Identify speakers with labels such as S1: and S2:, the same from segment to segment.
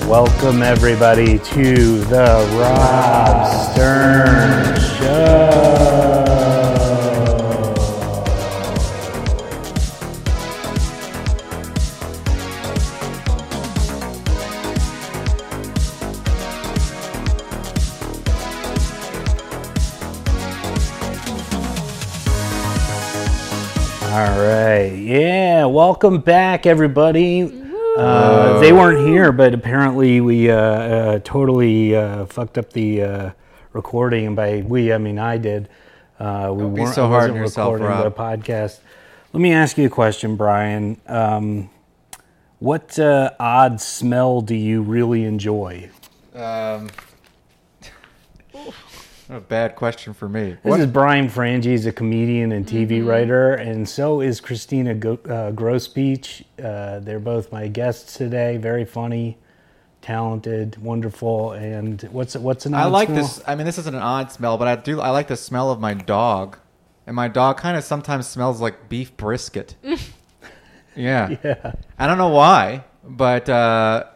S1: Welcome, everybody, to the Rob Stern Show. All right. Yeah. Welcome back, everybody. Uh, they weren't here, but apparently we uh, uh, totally uh, fucked up the uh, recording. And by we, I mean I did. Uh, we
S2: be
S1: weren't
S2: so
S1: I
S2: hard on
S1: wasn't
S2: yourself,
S1: recording the
S2: Rob.
S1: podcast. Let me ask you a question, Brian. Um, what uh, odd smell do you really enjoy?
S2: A bad question for me.
S1: This is Brian Frangie. He's a comedian and TV
S3: Mm-hmm.
S1: writer, and so is Christina Go- uh, Grosbeach. Uh, they're both my guests today. Very funny, talented, wonderful. And what's what's an
S2: I
S1: odd
S2: like
S1: smell?
S2: this. I mean, this isn't an odd smell, but I do. I like the smell of my dog, and my dog kind of sometimes smells like beef brisket. yeah.
S1: Yeah.
S2: I don't know why, but uh,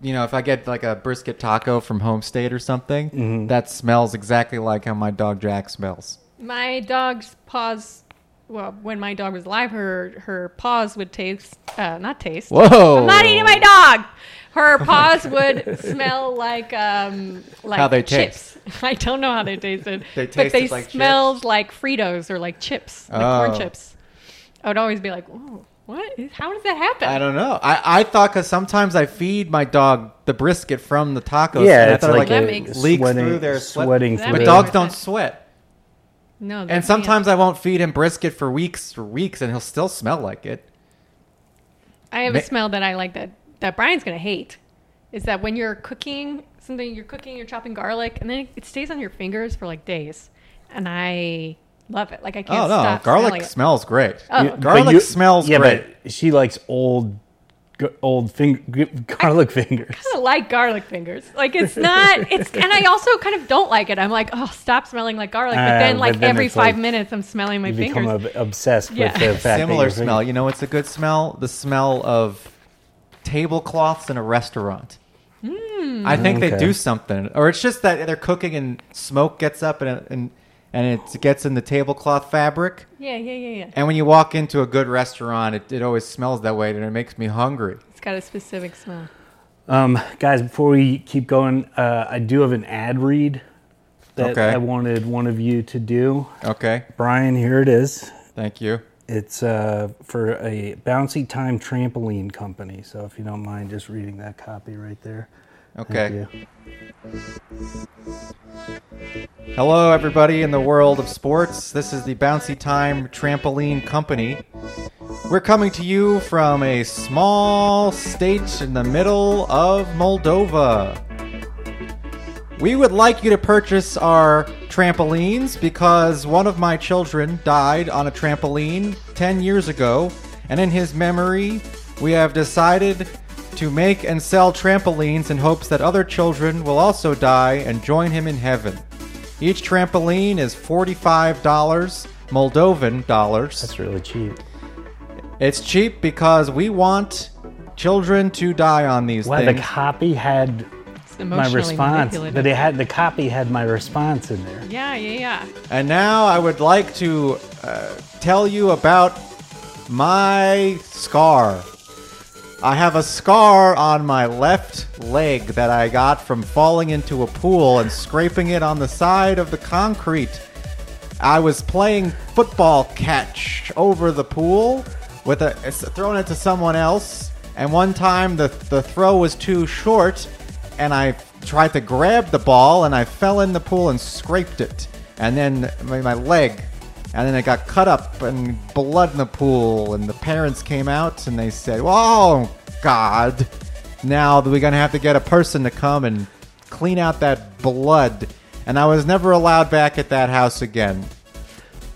S2: you know, if I get like a brisket taco from Homestead or something,
S1: Mm-hmm.
S2: that smells exactly like how my dog Jack smells.
S3: My dog's paws. Well, when my dog was alive, her her paws would taste. Uh, not taste.
S2: Whoa!
S3: I'm not eating my dog.
S2: Oh
S3: Her paws would smell like um like
S2: How they
S3: chips. I don't know how they tasted.
S2: They
S3: but they
S2: tasted like
S3: smelled like Fritos or like chips, like
S2: Oh.
S3: corn chips. I would always be like, "Whoa, what? is- How does that happen?"
S2: I don't know. I, I thought because sometimes I feed my dog the brisket from the tacos.
S1: Yeah,
S2: and I
S1: it's
S2: thought it,
S1: like
S3: That
S2: it
S3: makes-
S2: leaks
S1: sweating-
S2: through their sweat.
S1: sweating
S3: That
S1: through.
S2: but
S3: makes
S2: dogs
S3: more
S2: don't
S3: sense.
S2: sweat.
S3: No,
S2: And sometimes I won't feed him brisket for weeks for weeks, and he'll still smell like it.
S3: I have
S2: Ma-
S3: a smell that I like that that Brian's gonna hate. Is that when you're cooking something, you're cooking, you're chopping garlic, and then it, it stays on your fingers for like days, and I love it. Like I can't
S2: Oh no,
S3: stop smelling
S2: garlic
S3: it.
S2: smells great.
S3: Oh.
S1: You-
S3: But
S2: Garlic
S1: you-
S2: smells
S1: yeah,
S2: great.
S1: but she likes old g- old finger, g- garlic fingers.
S3: I kinda like garlic fingers. Like it's not. It's and I also kind of don't like it. I'm like, oh, stop smelling like garlic.
S1: Ah,
S3: But then,
S1: but
S3: like
S1: then
S3: every
S1: it's like-
S3: five minutes, I'm smelling my
S1: You
S3: fingers.
S1: become ob- obsessed
S3: Yeah.
S1: with the fact that
S2: Similar
S1: your
S2: smell.
S1: finger-
S2: You know what's a good smell? The smell of tablecloths in a restaurant.
S3: Hmm.
S2: I think they
S1: Okay.
S2: do something, or it's just that they're cooking and smoke gets up and and and it gets in the tablecloth fabric.
S3: yeah, yeah, yeah, yeah.
S2: And when you walk into a good restaurant, it, it always smells that way, and it makes me hungry.
S3: It's got a specific smell.
S1: Um, guys, before we keep going, uh, I do have an ad read that
S2: Okay.
S1: I wanted one of you to do.
S2: Okay,
S1: Brian, here it is.
S2: thank you.
S1: It's uh, for a bouncy time trampoline company. So if you don't mind just reading that copy right there.
S2: Okay.
S1: Thank you.
S2: Hello, everybody in the world of sports. This is the Bouncy Time Trampoline Company. We're coming to you from a small state in the middle of Moldova. We would like you to purchase our trampolines because one of my children died on a trampoline 10 years ago, and in his memory, we have decided to make and sell trampolines in hopes that other children will also die and join him in heaven. Each trampoline is $45 Moldovan dollars.
S1: That's really cheap.
S2: It's cheap because we want children to die on these
S1: Wow, the
S2: things.
S1: copy had
S3: It's
S1: my
S3: emotionally
S1: response, but
S3: manipulative.
S1: it had the copy had my response in there.
S3: yeah, yeah, yeah.
S2: And now I would like to uh, tell you about my scar. I have a scar on my left leg that I got from falling into a pool and scraping it on the side of the concrete. I was playing football catch over the pool with a it's thrown it to someone else, and one time the the throw was too short, and I tried to grab the ball and I fell in the pool and scraped it, and then my, my leg, and then I got cut up and blood in the pool, and the parents came out and they said, "Oh God, now we're gonna have to get a person to come and clean out that blood." And I was never allowed back at that house again.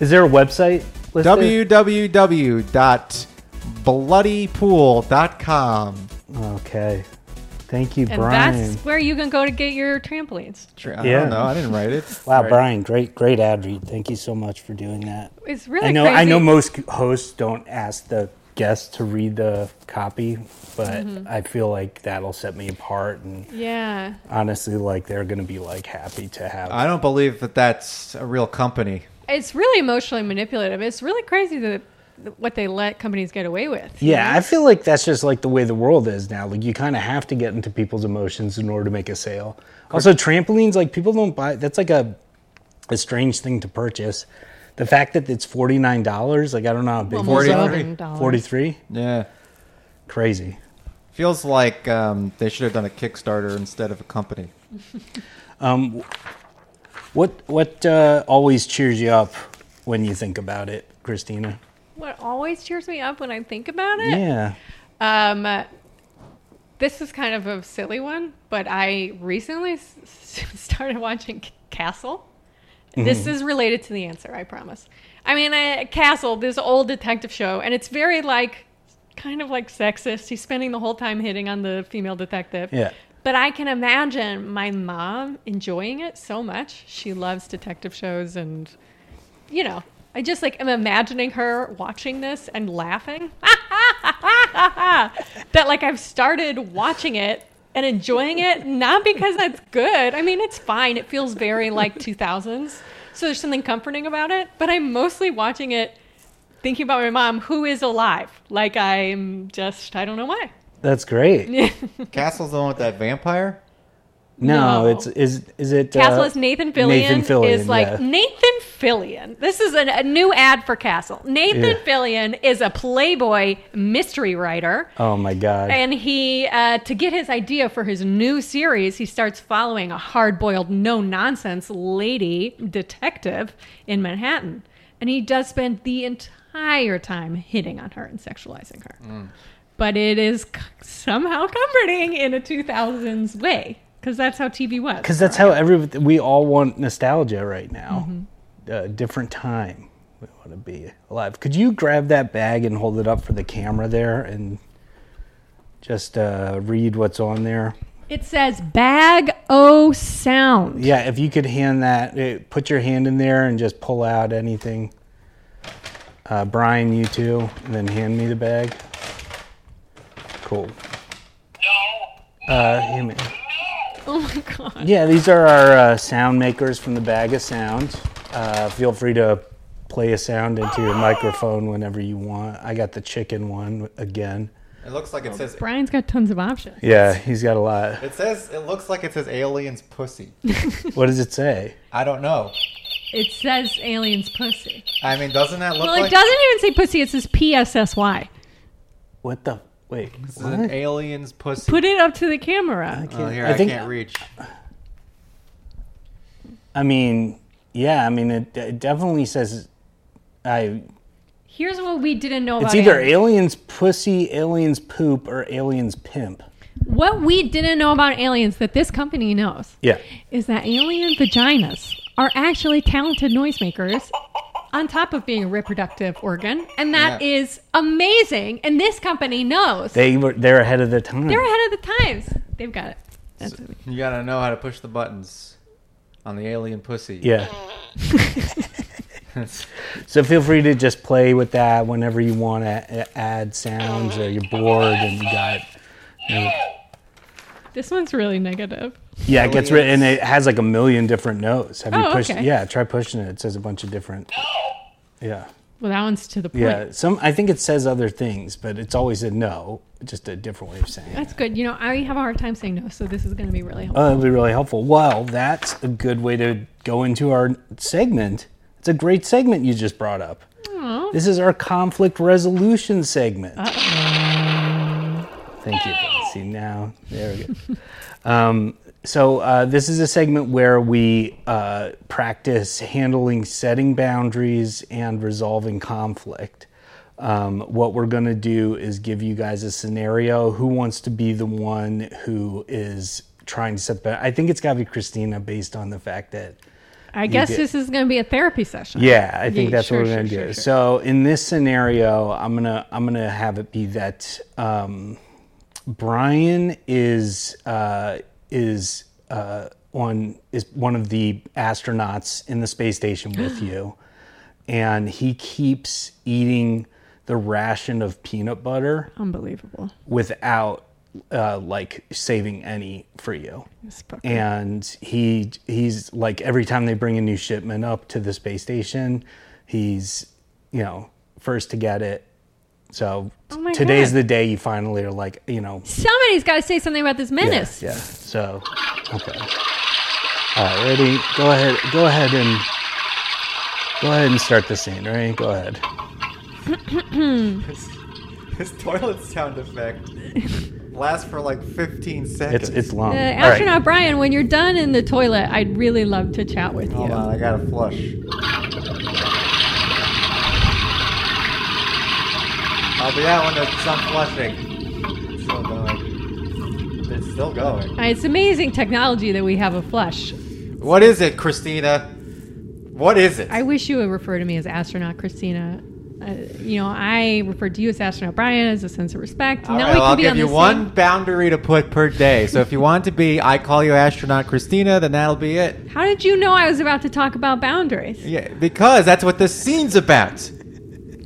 S1: Is there a website? listed?
S2: www.bloodypool.com.
S1: Okay. Thank you,
S3: And
S1: Brian.
S3: that's where you can go to get your trampolines.
S2: Sure, I
S1: Yeah.
S2: don't know. I didn't write it.
S1: Wow,
S2: Right.
S1: Brian, great, great ad read. Thank you so much for doing that.
S3: It's really
S1: I know,
S3: crazy.
S1: I know, most hosts don't ask the guests to read the copy, but
S3: Mm-hmm.
S1: I feel like that'll set me apart. And
S3: Yeah.
S1: honestly, like they're gonna be like happy to have.
S2: I don't believe that that's a real company.
S3: It's really emotionally manipulative. It's really crazy that what they let companies get away with.
S1: yeah, I feel like that's just like the way the world is now. Like you kind of have to get into people's emotions in order to make a sale. Also, trampolines, like people don't buy. That's like a a strange thing to purchase. The fact that it's forty nine dollars, like I don't know how big
S3: Almost
S2: Forty-
S3: $11.
S1: forty three,
S2: Yeah.
S1: crazy.
S2: Feels like um, they should have done a Kickstarter instead of a company.
S1: What what uh, always cheers you up when you think about it, Christina?
S3: What always cheers me up when I think about it.
S1: Yeah.
S3: Um, uh, this is kind of a silly one, but I recently s- s- started watching C- Castle. This is related to the answer, I promise. I mean, uh, Castle, this old detective show, and it's very like, kind of like sexist. He's spending the whole time hitting on the female detective.
S1: Yeah.
S3: But I can imagine my mom enjoying it so much. She loves detective shows and you know, I just like am imagining her watching this and laughing. that like I've started watching it and enjoying it, not because that's good. I mean, it's fine. It feels very like 2000s. So there's something comforting about it, but I'm mostly watching it thinking about my mom who is alive. Like I'm just I don't know why.
S1: That's great.
S2: Castle's the one with that vampire?
S1: No,
S3: No.
S1: it's is is it
S3: Castle
S1: uh,
S3: is Nathan Fillion, is like
S1: yeah.
S3: Nathan Fillion. This is an, a new ad for Castle. Nathan
S1: Yeah.
S3: Fillion is a Playboy mystery writer.
S1: oh my god.
S3: And he, uh, to get his idea for his new series, he starts following a hard boiled, no nonsense lady detective in Manhattan. And he does spend the entire time hitting on her and sexualizing her.
S1: Mm.
S3: But it is c- somehow comforting in a 2000s way, because that's how TV was.
S1: Cuz that's how every we all want nostalgia right now. A different time. We want to be alive. Could you grab that bag and hold it up for the camera there and just uh, read what's on there?
S3: It says bag o sound.
S1: Yeah, if you could hand that, eh, put your hand in there and just pull out anything. Uh, Brian, you too, and then hand me the bag. Cool. Uh, hand me-
S3: Oh my god.
S1: yeah, these are our uh, sound makers from the Bag of Sound. Uh, feel free to play a sound into your microphone whenever you want. I got the chicken one again.
S2: It looks like
S1: Oh.
S2: it says
S3: Brian's got tons of options.
S1: Yeah, he's got a lot.
S2: it says it looks like it says aliens pussy.
S1: What does it say?
S2: I don't know.
S3: It says aliens pussy.
S2: I mean, doesn't that look
S3: Well, it
S2: like
S3: doesn't even say pussy. It says PSSY.
S1: What the? Wait.
S2: this is an alien's pussy?
S3: Put it up to the camera.
S2: oh, here,
S1: I
S2: I,
S1: think-
S2: can't reach.
S1: I mean, yeah, I mean, it, it definitely says. I.
S3: Here's what we didn't know
S1: It's
S3: about
S1: either
S3: aliens.
S1: aliens pussy, aliens poop, or aliens pimp.
S3: what we didn't know about aliens that this company knows
S1: Yeah.
S3: is that alien vaginas are actually talented noisemakers on top of being a reproductive organ, and that
S2: Yeah.
S3: is amazing. And this company knows
S1: They were they're ahead of their time.
S3: they're ahead of the times. They've got it. That's it.
S2: You gotta know how to push the buttons on the alien pussy.
S1: yeah. so feel free to just play with that whenever you want to add sounds or you're bored and you got. you know-
S3: This one's really negative.
S1: yeah, it gets written and it has like a million different notes. Have you
S3: Oh,
S1: pushed?
S3: okay.
S1: Yeah, try pushing it. It says a bunch of different. Yeah.
S3: Well, that one's to the point.
S1: Yeah, some I think it says other things, but it's always a no, just a different way of saying. it.
S3: That's good. You know, I have a hard time saying no, so this is going to be really helpful.
S1: Oh, that'd be really helpful. Well, that's a good way to go into our segment. It's a great segment you just brought up.
S3: Oh.
S1: This is our conflict resolution segment. Thank you. Ben. See now, there we go. Um, so uh, this is a segment where we uh, practice handling setting boundaries and resolving conflict. Um, what we're going to do is give you guys a scenario. Who wants to be the one who is trying to set? Ba- I think it's got to be Christina, based on the fact that
S3: I guess
S1: did.
S3: this is going to be a therapy session.
S1: yeah, I think
S3: Yeah,
S1: that's
S3: sure,
S1: what we're gonna
S3: sure,
S1: do.
S3: sure, sure.
S1: So in this scenario, I'm gonna I'm gonna have it be that um, Brian is uh, is uh, on is one of the astronauts in the space station with you, and he keeps eating the ration of peanut butter
S3: Unbelievable.
S1: without uh, like saving any for you.
S3: This fucker.
S1: And he he's like every time they bring a new shipment up to the space station, he's you know first to get it. So
S3: Oh my
S1: today's
S3: God.
S1: the day you finally are like you know
S3: Somebody's got to say something about this
S1: yeah,
S3: menace.
S1: yeah. So okay. Alrighty, go ahead. Go ahead and go ahead and start the scene. All right, go ahead.
S2: His, his toilet sound effect lasts for like 15
S1: It's
S2: seconds.
S1: it's long.
S3: Uh,
S1: All right.
S3: astronaut Brian, when you're done in the toilet, I'd really love to chat with
S2: Hold
S3: you.
S2: on, I gotta flush. I'll be out when it's not flushing. It's still going. It's still going.
S3: Uh, It's amazing technology that we have a flush.
S2: What is it, Christina? What is it?
S3: I wish you would refer to me as astronaut Christina. Uh, you know, I refer to you as astronaut Brian as a sense of respect.
S2: All
S3: now
S2: right,
S3: we can
S2: well, I'll
S3: be on
S2: give you
S3: the
S2: one
S3: same-
S2: boundary to put per day. So if you want to be, I call you astronaut Christina, then that'll be it.
S3: How did you know I was about to talk about boundaries?
S2: Yeah, because that's what this scene's about.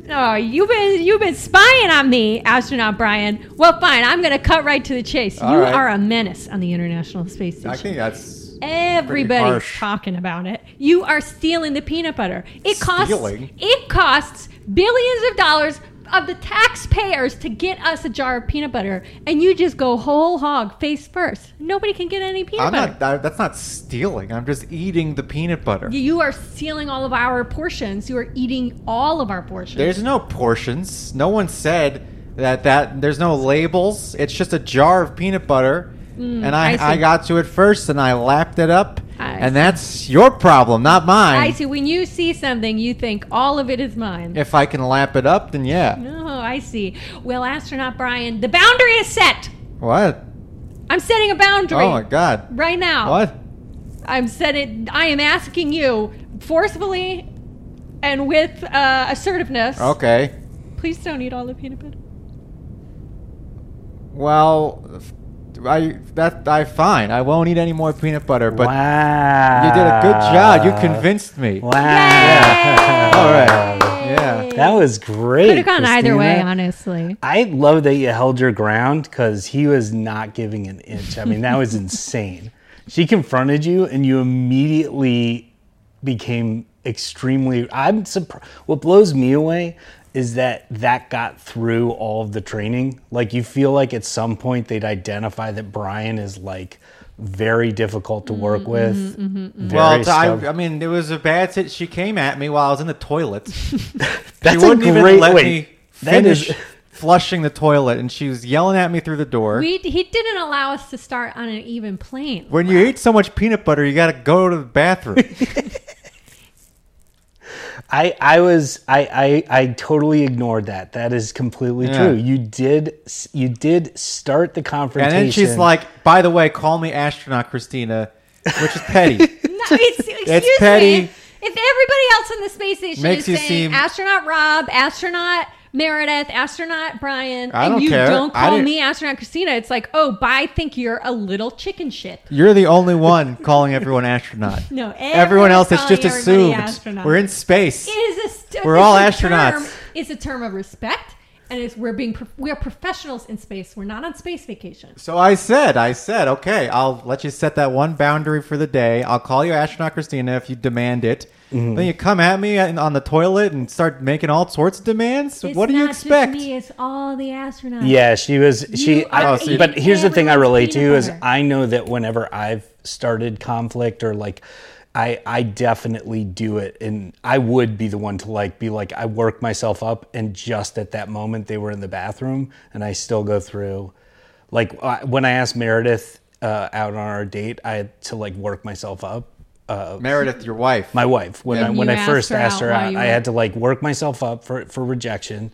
S3: Oh, you've been you've been spying on me, astronaut Brian. Well, fine. I'm going to cut right to the chase.
S2: All
S3: you
S2: right.
S3: are a menace on the International Space Station.
S2: I think that's
S3: Everybody's
S2: harsh.
S3: talking about it. You are stealing the peanut butter. It costs
S2: Stealing?
S3: it costs billions of dollars of the taxpayers to get us a jar of peanut butter, and you just go whole hog face first. Nobody can get any peanut
S2: I'm
S3: butter.
S2: not. I, that's not stealing. I'm just eating the peanut butter.
S3: you are stealing all of our portions. You are eating all of our portions.
S2: There's no portions. No one said that. That there's no labels. It's just a jar of peanut butter, and
S3: Mm, I see.
S2: I, I, got to it first, and I lapped it up,
S3: I see.
S2: and that's your problem, not
S3: I
S2: mine.
S3: see. When you see something, you think all of it is mine.
S2: If I can lap it up, then yeah.
S3: Oh, I see. Well, astronaut Brian, the boundary is set.
S2: What?
S3: I'm setting a boundary
S2: Oh my god.
S3: right now.
S2: What?
S3: I'm said it. I am asking you forcefully and with uh, assertiveness.
S2: Okay.
S3: Please don't eat all the peanut butter.
S2: Well, I that I fine. I won't eat any more peanut butter. But
S1: wow.
S2: you did a good job. You convinced me.
S1: Wow.
S3: Yeah.
S2: All right. Yeah.
S1: That was great.
S3: Could have gone either way,
S1: Christina.
S3: honestly.
S1: I love that you held your ground because he was not giving an inch. I mean, that was insane. She confronted you, and you immediately became extremely. I'm surprised. What blows me away is that that got through all of the training. Like, you feel like at some point they'd identify that Brian is like very difficult to work with.
S2: Well,
S1: very
S2: t- I,
S1: stubborn.
S2: I mean, it was a bad sit. She came at me while I was in the toilet. She
S1: That's a
S2: wouldn't
S1: great
S2: even let
S1: wait,
S2: me
S1: that is-
S2: finish flushing the toilet, and she was yelling at me through the door.
S3: We, he didn't allow us to start on an even plane.
S2: when you eat so much peanut butter, you got to go to the bathroom.
S1: I I was I I I totally ignored that. That is completely
S2: Yeah.
S1: true. You did s- you did start the
S2: and
S1: confrontation.
S2: then she's like, "By the way, call me astronaut Christina," which is petty.
S3: No, it's, excuse
S2: petty.
S3: me. If everybody else in the space station
S2: Makes you
S3: is saying
S2: seem-
S3: astronaut Rob, astronaut Meredith, astronaut Brian,
S2: I
S3: and
S2: don't
S3: you
S2: care.
S3: don't
S2: I
S3: call
S2: didn't-
S3: me astronaut Christina, it's like, oh, but I think you're a little chicken shit.
S2: You're the only one calling everyone astronaut.
S3: No,
S2: Everyone else has
S3: everyone's
S2: just
S3: calling
S2: assumed
S3: everybody astronaut.
S2: we're in space.
S3: It is a st-
S2: We're
S3: it's
S2: all
S3: a
S2: astronauts.
S3: term- it's a term of respect, and it's we're being pro- we're professionals in space. We're not on space vacation.
S2: So I said, I said, okay, I'll let you set that one boundary for the day. I'll call you astronaut Christina if you demand it. Then you come at me and- on the toilet and start making all sorts of demands.
S3: It's
S2: what do you
S3: not just
S2: expect?
S3: me, it's all the astronauts.
S1: yeah, she was she.
S3: You are
S1: I,
S2: Oh, so-
S1: but here's the thing I
S3: everyone's
S1: relate
S3: peanut
S1: to is
S3: butter.
S1: I know that whenever I've started conflict or like. I, I definitely do it and I would be the one to like be like I work myself up and just at that moment they were in the bathroom and I still go through like I- when I asked Meredith uh, out on our date I had to like work myself up uh,
S2: Meredith, your wife.
S1: my wife when I
S3: You
S1: when I
S3: asked
S1: first
S3: her
S1: asked
S3: out
S1: her
S3: while
S1: out,
S3: you
S1: I
S3: were-
S1: had to like work myself up for for rejection.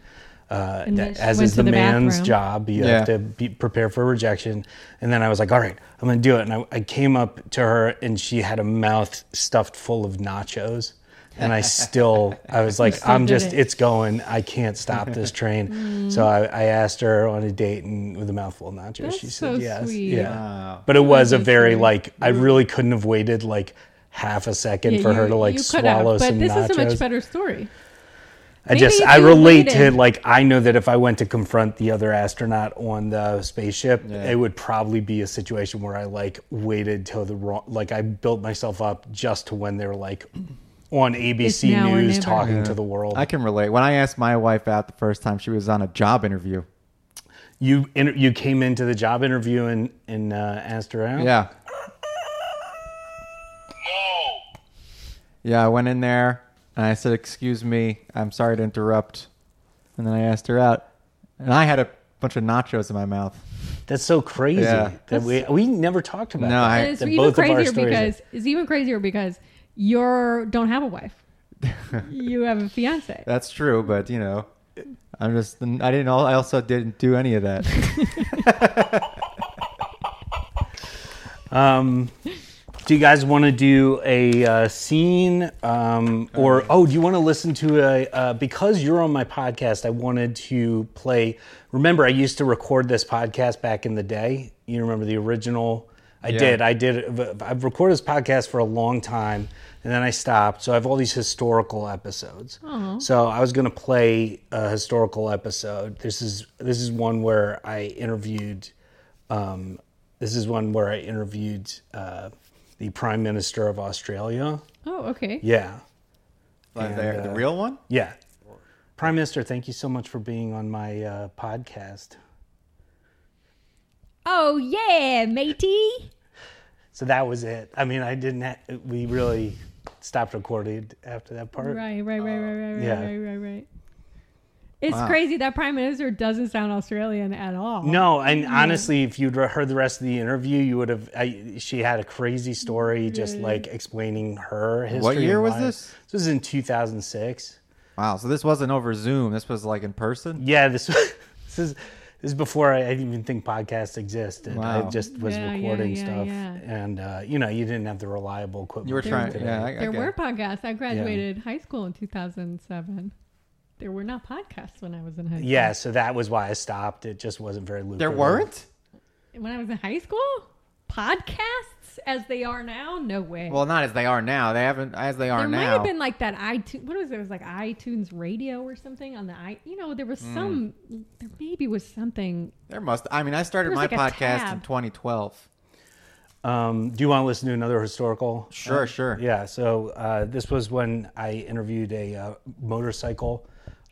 S1: Uh,
S3: And
S1: that,
S3: then she
S1: as
S3: went
S1: is
S3: to
S1: the,
S3: the
S1: man's
S3: bathroom.
S1: job, you
S2: Yeah.
S1: have to be prepare for rejection. And then I was like, "All right, I'm gonna do it." And I, I came up to her, and she had a mouth stuffed full of nachos. And I still, I was like,
S3: still
S1: "I'm
S3: did
S1: just,
S3: it. Mm.
S1: it's going. I can't stop this train." so I, I asked her on a date, and with a mouthful of nachos, she
S3: That's
S1: said
S3: so
S1: yes.
S3: sweet.
S1: Yeah,
S2: Wow.
S1: but it was a
S3: so
S1: very
S3: sweet.
S1: like I really couldn't have waited like half a second
S3: Yeah,
S1: for her
S3: you-
S1: to like
S3: you could have,
S1: swallow some
S3: But this
S1: nachos.
S3: is a much better story.
S1: I
S3: Maybe
S1: just
S3: if
S1: I
S3: you
S1: relate to
S3: waited.
S1: like I know that if I went to confront the other astronaut on the spaceship, it would probably be a situation where I like waited till the wrong like I built myself up just to when they were like on ABC
S3: now or
S1: News
S3: never.
S1: talking to the world.
S2: I can relate. When I asked my wife out the first time, she was on a job interview.
S1: you inter- you came into the job interview and and uh, asked her out.
S2: Yeah. Yeah, I went in there and I said, "Excuse me, I'm sorry to interrupt," and then I asked her out, and I had a bunch of nachos in my mouth.
S1: that's so crazy
S2: Yeah.
S1: that we we never talked about.
S2: No,
S1: that.
S2: I-
S3: And it's
S1: that
S3: even
S1: both of our
S3: crazier
S1: stories are-
S3: because it's even crazier because you don't have a wife. you have a fiance.
S2: That's true, but you know, I'm just I didn't. al- I also didn't do any of that.
S1: Um, do you guys want to do a uh, scene um, or oh, do you want to listen to a uh, because you're on my podcast? I wanted to play. Remember, I used to record this podcast back in the day. You remember the original? I did. I did. I've recorded this podcast for a long time, and then I stopped. So I have all these historical episodes. So I was going to play a historical episode. This is this is one where I interviewed. Um, this is one where I interviewed uh, the Prime Minister of Australia.
S3: Oh, okay.
S1: Yeah.
S2: Like the,
S1: uh,
S2: the real one?
S1: Yeah. Prime Minister, thank you so much for being on my uh, podcast.
S3: Oh yeah, matey.
S1: So that was it. I mean, I didn't, ha- we really stopped recording after that part.
S3: Right, right, right, right, right, right,
S1: yeah.
S3: right, right, right. It's crazy that prime minister doesn't sound Australian at all.
S1: No, and honestly, if you'd re- heard the rest of the interview, you would have. I, she had a crazy story, just like explaining her history. and
S2: year was
S1: why-
S2: this?
S1: This was in 2006.
S2: Wow. So this wasn't over Zoom. This was like in person.
S1: Yeah, this this is this is before I, I didn't even think podcasts existed. I
S2: Wow.
S1: just was
S3: Yeah, yeah,
S1: recording
S3: yeah,
S1: stuff,
S3: yeah.
S1: and uh, you know, you didn't have the reliable equipment.
S2: You were
S1: we
S2: trying.
S1: have
S2: yeah. I,
S1: today.
S2: I
S3: There
S2: get
S3: were
S2: it.
S3: podcasts. I graduated high school in 2007. There were not podcasts when I was in high school.
S1: Yeah, so that was why I stopped. It just wasn't very lucrative.
S2: There weren't.
S3: When I was in high school, podcasts as they are now, no way.
S2: Well, not as they are now. They haven't as they are
S3: there
S2: now.
S3: might have been like that iTunes. What was it? It was like iTunes Radio or something on the i. You know, there was
S2: Hmm.
S3: some. There maybe was something.
S2: There must. I mean, I started
S3: There
S2: my
S3: was like a
S2: podcast in
S3: tab.
S2: 2012.
S1: Oh, Um, do you want to listen to another historical?
S2: Sure, sure.
S1: Yeah, so uh, this was when I interviewed a uh, motorcycle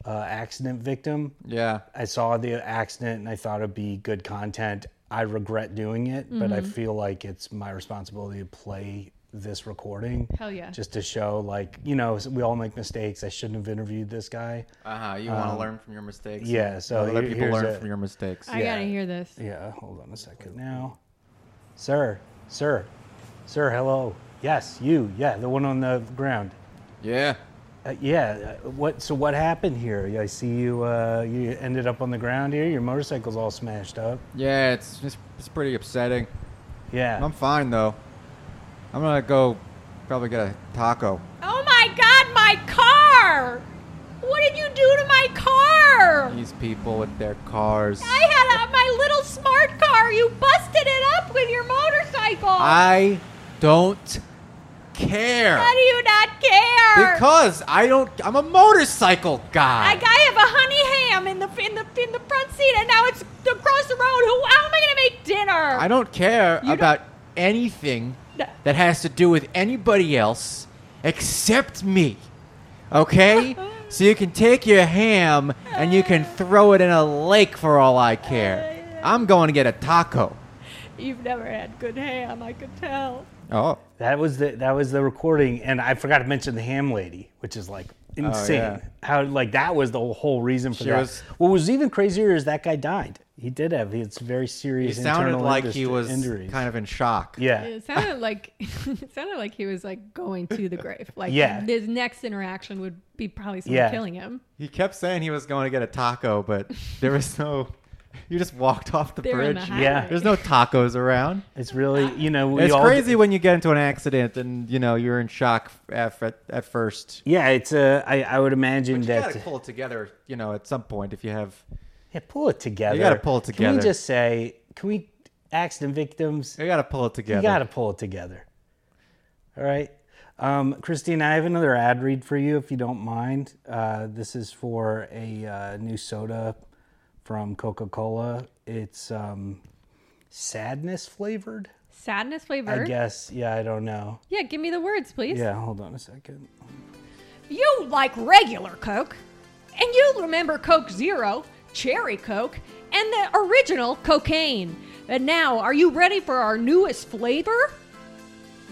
S1: uh, accident victim.
S2: Yeah.
S1: I saw the accident and I thought it'd be good content. I regret doing it, but I
S3: Mm-hmm.
S1: feel like it's my responsibility to play this recording.
S3: Hell yeah.
S1: Just to show, like, you know, we all make mistakes. I shouldn't have interviewed this guy.
S2: Uh huh. You want to learn from your mistakes.
S1: Um, yeah, so
S2: let
S1: here-
S2: people
S1: here's
S2: learn
S1: a-
S2: from your mistakes.
S3: I
S1: Yeah.
S3: gotta hear this.
S1: Yeah, hold on a second now. Sir, sir, sir, hello. Yes, you. Yeah, the one on the ground.
S2: yeah.
S1: Uh, yeah, uh, what? So what happened here? I see you. Uh, you ended up on the ground here. Your motorcycle's all smashed up.
S2: Yeah. It's it's, it's pretty upsetting.
S1: Yeah.
S2: I'm fine though. I'm gonna go probably get a taco.
S3: Oh my God, my car! What did you do to my car?
S2: These people with their cars.
S3: I had a, my little smart car. You busted it up with your motorcycle.
S2: I don't care
S3: How do you not care?
S2: because I don't. I'm a motorcycle guy.
S3: I, I have a honey ham in the in the in the front seat, and now it's across the road. Who? How am I gonna make dinner?
S2: I don't care
S3: You don't-
S2: about anything
S3: No.
S2: that has to do with anybody else except me. Okay? so you can take your ham and you can throw it in a lake for all I
S3: Uh,
S2: care. I'm going to get a taco.
S3: You've never had good ham. I could tell.
S2: Oh.
S1: That was the that was the recording, and I forgot to mention the ham lady, which is like insane.
S2: Oh, yeah.
S1: How like that was the whole reason for
S2: She
S1: that.
S2: was-
S1: what was even crazier is that guy died. He did have it's very
S2: He
S1: serious.
S2: sounded
S1: internal
S2: like
S1: indus-
S2: he was
S1: injuries.
S2: kind of in shock.
S1: yeah.
S3: It sounded like it sounded like he was like going to the grave. Like
S1: Yeah.
S3: his next interaction would be probably someone
S1: Yeah.
S3: killing him.
S2: He kept saying he was going to get a taco, but there was no. You just walked off the
S3: They were in
S2: bridge.
S3: the
S1: Yeah.
S3: highway.
S2: There's no tacos around.
S1: It's really you know we
S2: it's
S1: all
S2: crazy when you get into an accident and you know you're in shock at, at, at first.
S1: Yeah, it's uh, I I would imagine
S2: You
S1: that
S2: gotta pull it together, you know, at some point if you have.
S1: yeah, pull it together.
S2: You gotta pull it
S1: Can
S2: together.
S1: we just say? Can we accident victims?
S2: You gotta pull it together.
S1: You got to pull it together. All right. Um, Christine, I have another ad read for you if you don't mind. Uh, this is for a uh, new soda from Coca Cola. It's um, sadness flavored,
S3: Sadness
S1: I
S3: flavor.
S1: guess. Yeah, I don't know.
S3: Yeah, give me the words, please.
S1: Yeah, hold on a second.
S3: You like regular Coke, and you remember Coke Zero, Cherry Coke, and the original cocaine. And now, are you ready for our newest flavor?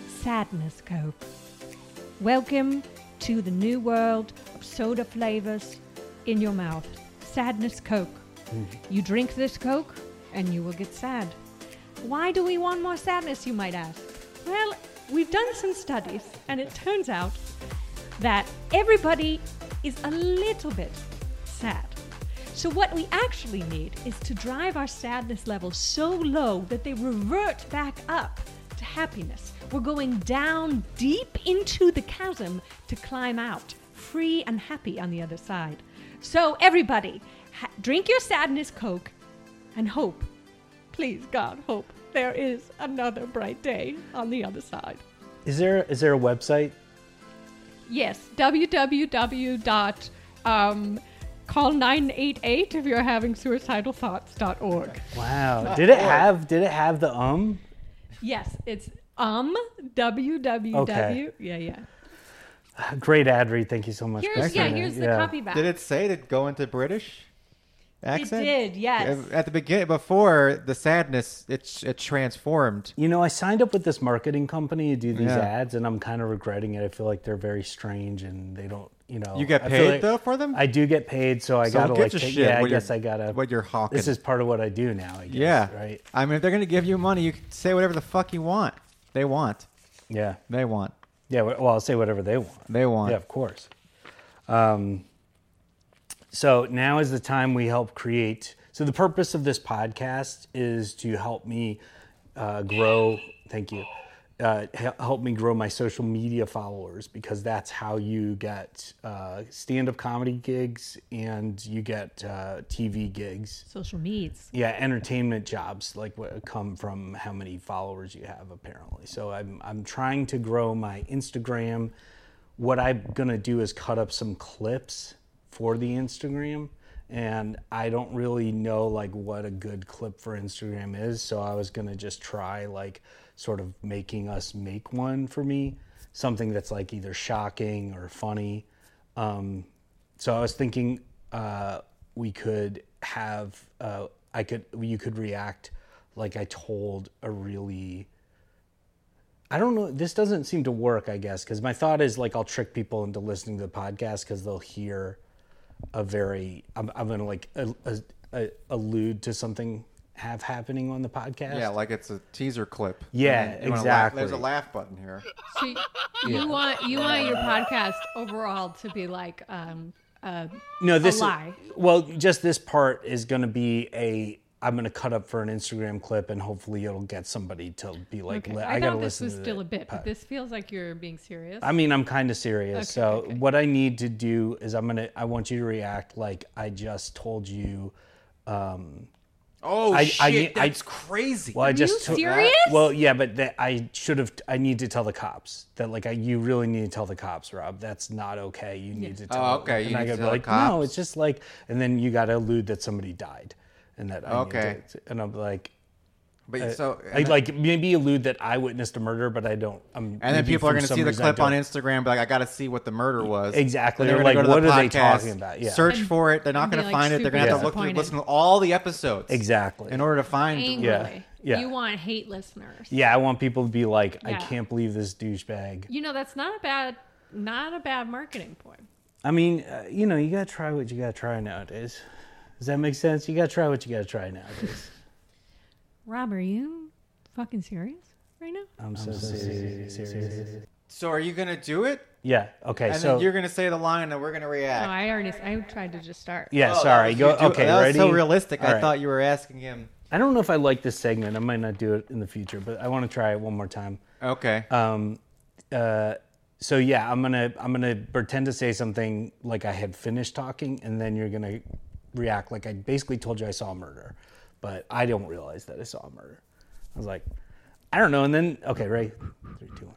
S3: Sadness Coke. Welcome to the new world of soda flavors in your mouth. Sadness Coke. You drink this Coke, and you will get sad. Why do we want more sadness, you might ask? Well, we've done some studies, and it turns out that everybody is a little bit sad. So, what we actually need is to drive our sadness levels so low that they revert back up to happiness. We're going down deep into the chasm to climb out, free and happy on the other side. So, everybody, ha- drink your sadness Coke and hope. Please, God, hope there is another bright day on the other side.
S1: Is there is there a website?
S3: Yes, www. Um, call 988 if you're having suicidal thoughts.org.
S1: Wow. Did it have did it have the um?
S3: Yes, it's um www.
S1: Okay.
S3: Yeah, yeah.
S1: Great ad read. Thank you so much.
S3: Here's yeah,
S1: Christine.
S3: here's the copy back.
S2: Did it say to go into British accent?
S3: did, yes.
S2: Uh, At the beginning, before the sadness, it, it transformed.
S1: You know, I signed up with this marketing company to do these
S2: Yeah.
S1: ads, and I'm kind of regretting it. I feel like they're very strange, and they don't. You know,
S2: You get
S1: I feel
S2: paid,
S1: like-
S2: though, for them?
S1: I do get paid, so I
S2: So who
S1: gotta like.
S2: gives a
S1: Take,
S2: shit
S1: yeah, I
S2: what you're-
S1: guess I gotta.
S2: what you're hawking?
S1: This is part of what I do now. I guess.
S2: Yeah.
S1: Right.
S2: I mean, if they're going to give you money, you can say whatever the fuck you want. They want.
S1: Yeah.
S2: They want.
S1: Yeah. Well, I'll say whatever they want.
S2: They want.
S1: Yeah, of course. Um, so now is the time we help create. So the purpose of this podcast is to help me uh, grow. Thank you. Uh, he- help me grow my social media followers because that's how you get uh, stand-up comedy gigs and you get uh, TV gigs.
S3: Social meds.
S1: Yeah, entertainment jobs like what come from how many followers you have apparently. So I'm I'm trying to grow my Instagram. What I'm gonna do is cut up some clips for the Instagram, and I don't really know like what a good clip for Instagram is. So I was gonna just try like sort of making us make one for me, something that's like either shocking or funny. Um, so I was thinking uh, we could have uh, I could you could react like I told a really I don't know this doesn't seem to work I guess because my thought is like I'll trick people into listening to the podcast because they'll hear a very I'm, I'm gonna like a, a, a, allude to something have happening on the podcast
S2: Yeah, like it's a teaser clip.
S1: Yeah,
S2: And you wanna laugh-
S1: exactly.
S2: There's a laugh button here.
S3: So you, you want you want your podcast overall to be like um uh
S1: no this
S3: lie.
S1: well just this part is gonna be a I'm gonna cut up for an Instagram clip and hopefully it'll get somebody to be like
S3: okay.
S1: "Li-
S3: I,
S1: gotta
S3: thought this
S1: listen
S3: was
S1: to
S3: still
S1: the
S3: a bit,
S1: pod-
S3: but this feels like you're being serious.
S1: I mean, I'm kind of serious.
S3: Okay,
S1: so
S3: okay.
S1: what I need to do is I'm gonna. I want you to react like I just told you. Um,
S4: Oh
S1: I-
S4: shit,
S1: I- I-
S4: that's crazy.
S1: well, I
S3: Are
S1: just to-
S3: you serious?
S1: Well, yeah, but that I should have. I need to tell the cops that like I, you really need to tell the cops, Rob. That's not okay. You need to tell.
S2: Oh, okay, you
S1: And I
S2: need to
S1: gotta be
S2: tell the
S1: like, no,
S2: cops.
S1: it's just like, and then you got to allude that somebody died, and that I need
S2: Okay.
S1: to- and I'm like.
S2: But so
S1: uh, I like maybe allude that I witnessed a murder, but I don't. I'm,
S2: And then people are going to see the clip on Instagram, be like, I got to see what the murder was.
S1: E-, Exactly.
S2: And they're
S1: They're
S2: gonna
S1: like,
S2: go to the
S1: what are they
S2: podcast,
S1: talking about? Yeah.
S2: Search
S3: And-
S2: for it. They're not
S3: and be,
S2: going to
S3: like,
S2: find it. They're going to
S1: super
S2: have to look through,
S3: disappointed.
S2: listen to all the episodes.
S1: Exactly.
S2: In order to find.
S3: Angrily.
S1: Yeah, yeah.
S3: You want hate listeners.
S1: Yeah, I want people to be like, I
S3: Yeah.
S1: can't believe this douchebag.
S3: You know, that's not a bad not a bad marketing point.
S1: I mean, uh, you know, you gotta try what you gotta try nowadays. Does that make sense? You gotta try what you gotta try nowadays.
S3: Rob, are you fucking serious right now?
S1: I'm so, serious, serious.
S2: So are you going to do it?
S1: Yeah. Okay.
S2: And
S1: so
S2: then you're going to say the line and we're going to
S3: No,
S2: react.
S3: Oh, I already I tried to just start.
S1: yeah.
S2: Oh,
S1: sorry.
S2: that was-
S1: Go.
S2: you do-
S1: Okay.
S2: That was
S1: ready.
S2: so realistic.
S1: All
S2: I
S1: right.
S2: thought you were asking him.
S1: I don't know if I like this segment. I might not do it in the future, but I want to try it one more time.
S2: Okay.
S1: Um, uh, so yeah, I'm gonna I'm gonna pretend to say something like I had finished talking, and then you're gonna react like I basically told you I saw a murder, but I don't realize that I saw a murder. I was like, I don't know, and then okay, right, three, two, one.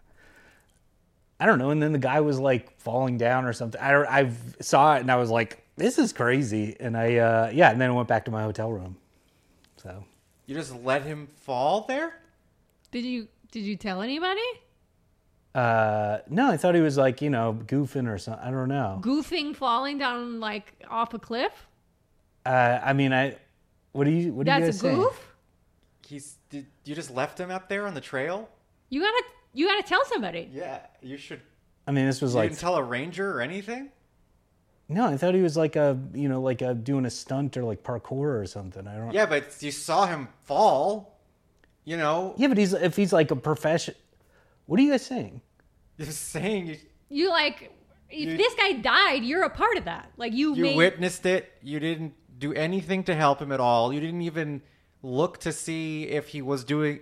S1: I don't know. And then the guy was like falling down or something. I, don't- I saw it and I was like, this is crazy. And I, uh, yeah, and then I went back to my hotel room. So
S2: You just let him fall there?
S3: Did you did you tell anybody?
S1: uh, no, I thought he was like, you know, goofing or something. I don't know.
S3: Goofing, falling down like off a cliff.
S1: Uh, I mean, I, what do you, what do you guys
S3: That's a
S1: say?
S3: goof.
S2: He's. Did, you just left him up there on the trail?
S3: You gotta you gotta tell somebody.
S2: Yeah, you should.
S1: I mean, this was
S2: You
S1: like
S2: didn't tell a ranger or anything?
S1: No, I thought he was like a you know like a doing a stunt or like parkour or something. I don't.
S2: Yeah, but you saw him fall. You know,
S1: Yeah, but he's if he's like a profession. What are you guys saying?
S2: you're saying you,
S3: You like if
S2: You-
S3: this guy died, you're a part of that. Like you,
S2: you
S3: made
S2: witnessed it. You didn't do anything to help him at all. You didn't even look to see if he was doing,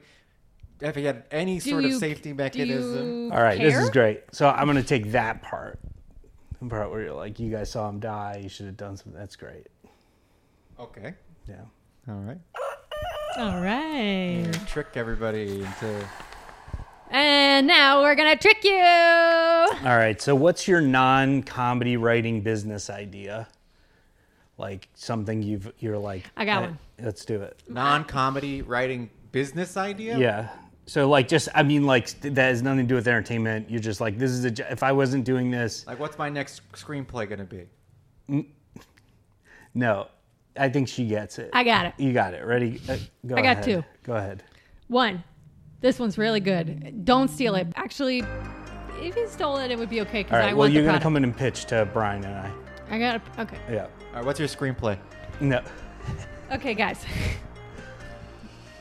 S2: if he had any
S3: do
S2: sort of
S3: you-
S2: safety
S3: do
S2: mechanism.
S3: you
S1: All right, this
S3: care?
S1: is great. So I'm gonna take that part, the part where you're like, you guys saw him die. You should have done something. That's great.
S2: Okay.
S1: Yeah.
S2: All right.
S3: All right.
S1: Mm.
S2: Trick everybody into.
S3: And now we're gonna trick you.
S1: All right. So what's your non-comedy writing business idea? Like something you've you're like.
S3: I got
S1: "Eh,
S3: one."
S1: Let's do it.
S2: non-comedy writing business idea.
S1: Yeah. So like just I mean like st- that has nothing to do with entertainment. You're just like this is a j- if I wasn't doing this
S2: Like, what's my next screenplay gonna be?
S1: No, I think she gets it.
S3: I got it.
S1: You got it. Ready? Uh, go
S3: I got
S1: ahead.
S3: two.
S1: Go ahead.
S3: One. This one's really good. Don't steal it. Actually, if he stole it, it would be okay because
S1: All
S3: I
S1: right. Well,
S3: want
S1: you're
S3: the
S1: gonna
S3: product.
S1: come in and pitch to Brian and I.
S3: I got to okay.
S1: Yeah.
S2: All right, what's your screenplay?
S1: No.
S3: Okay, guys.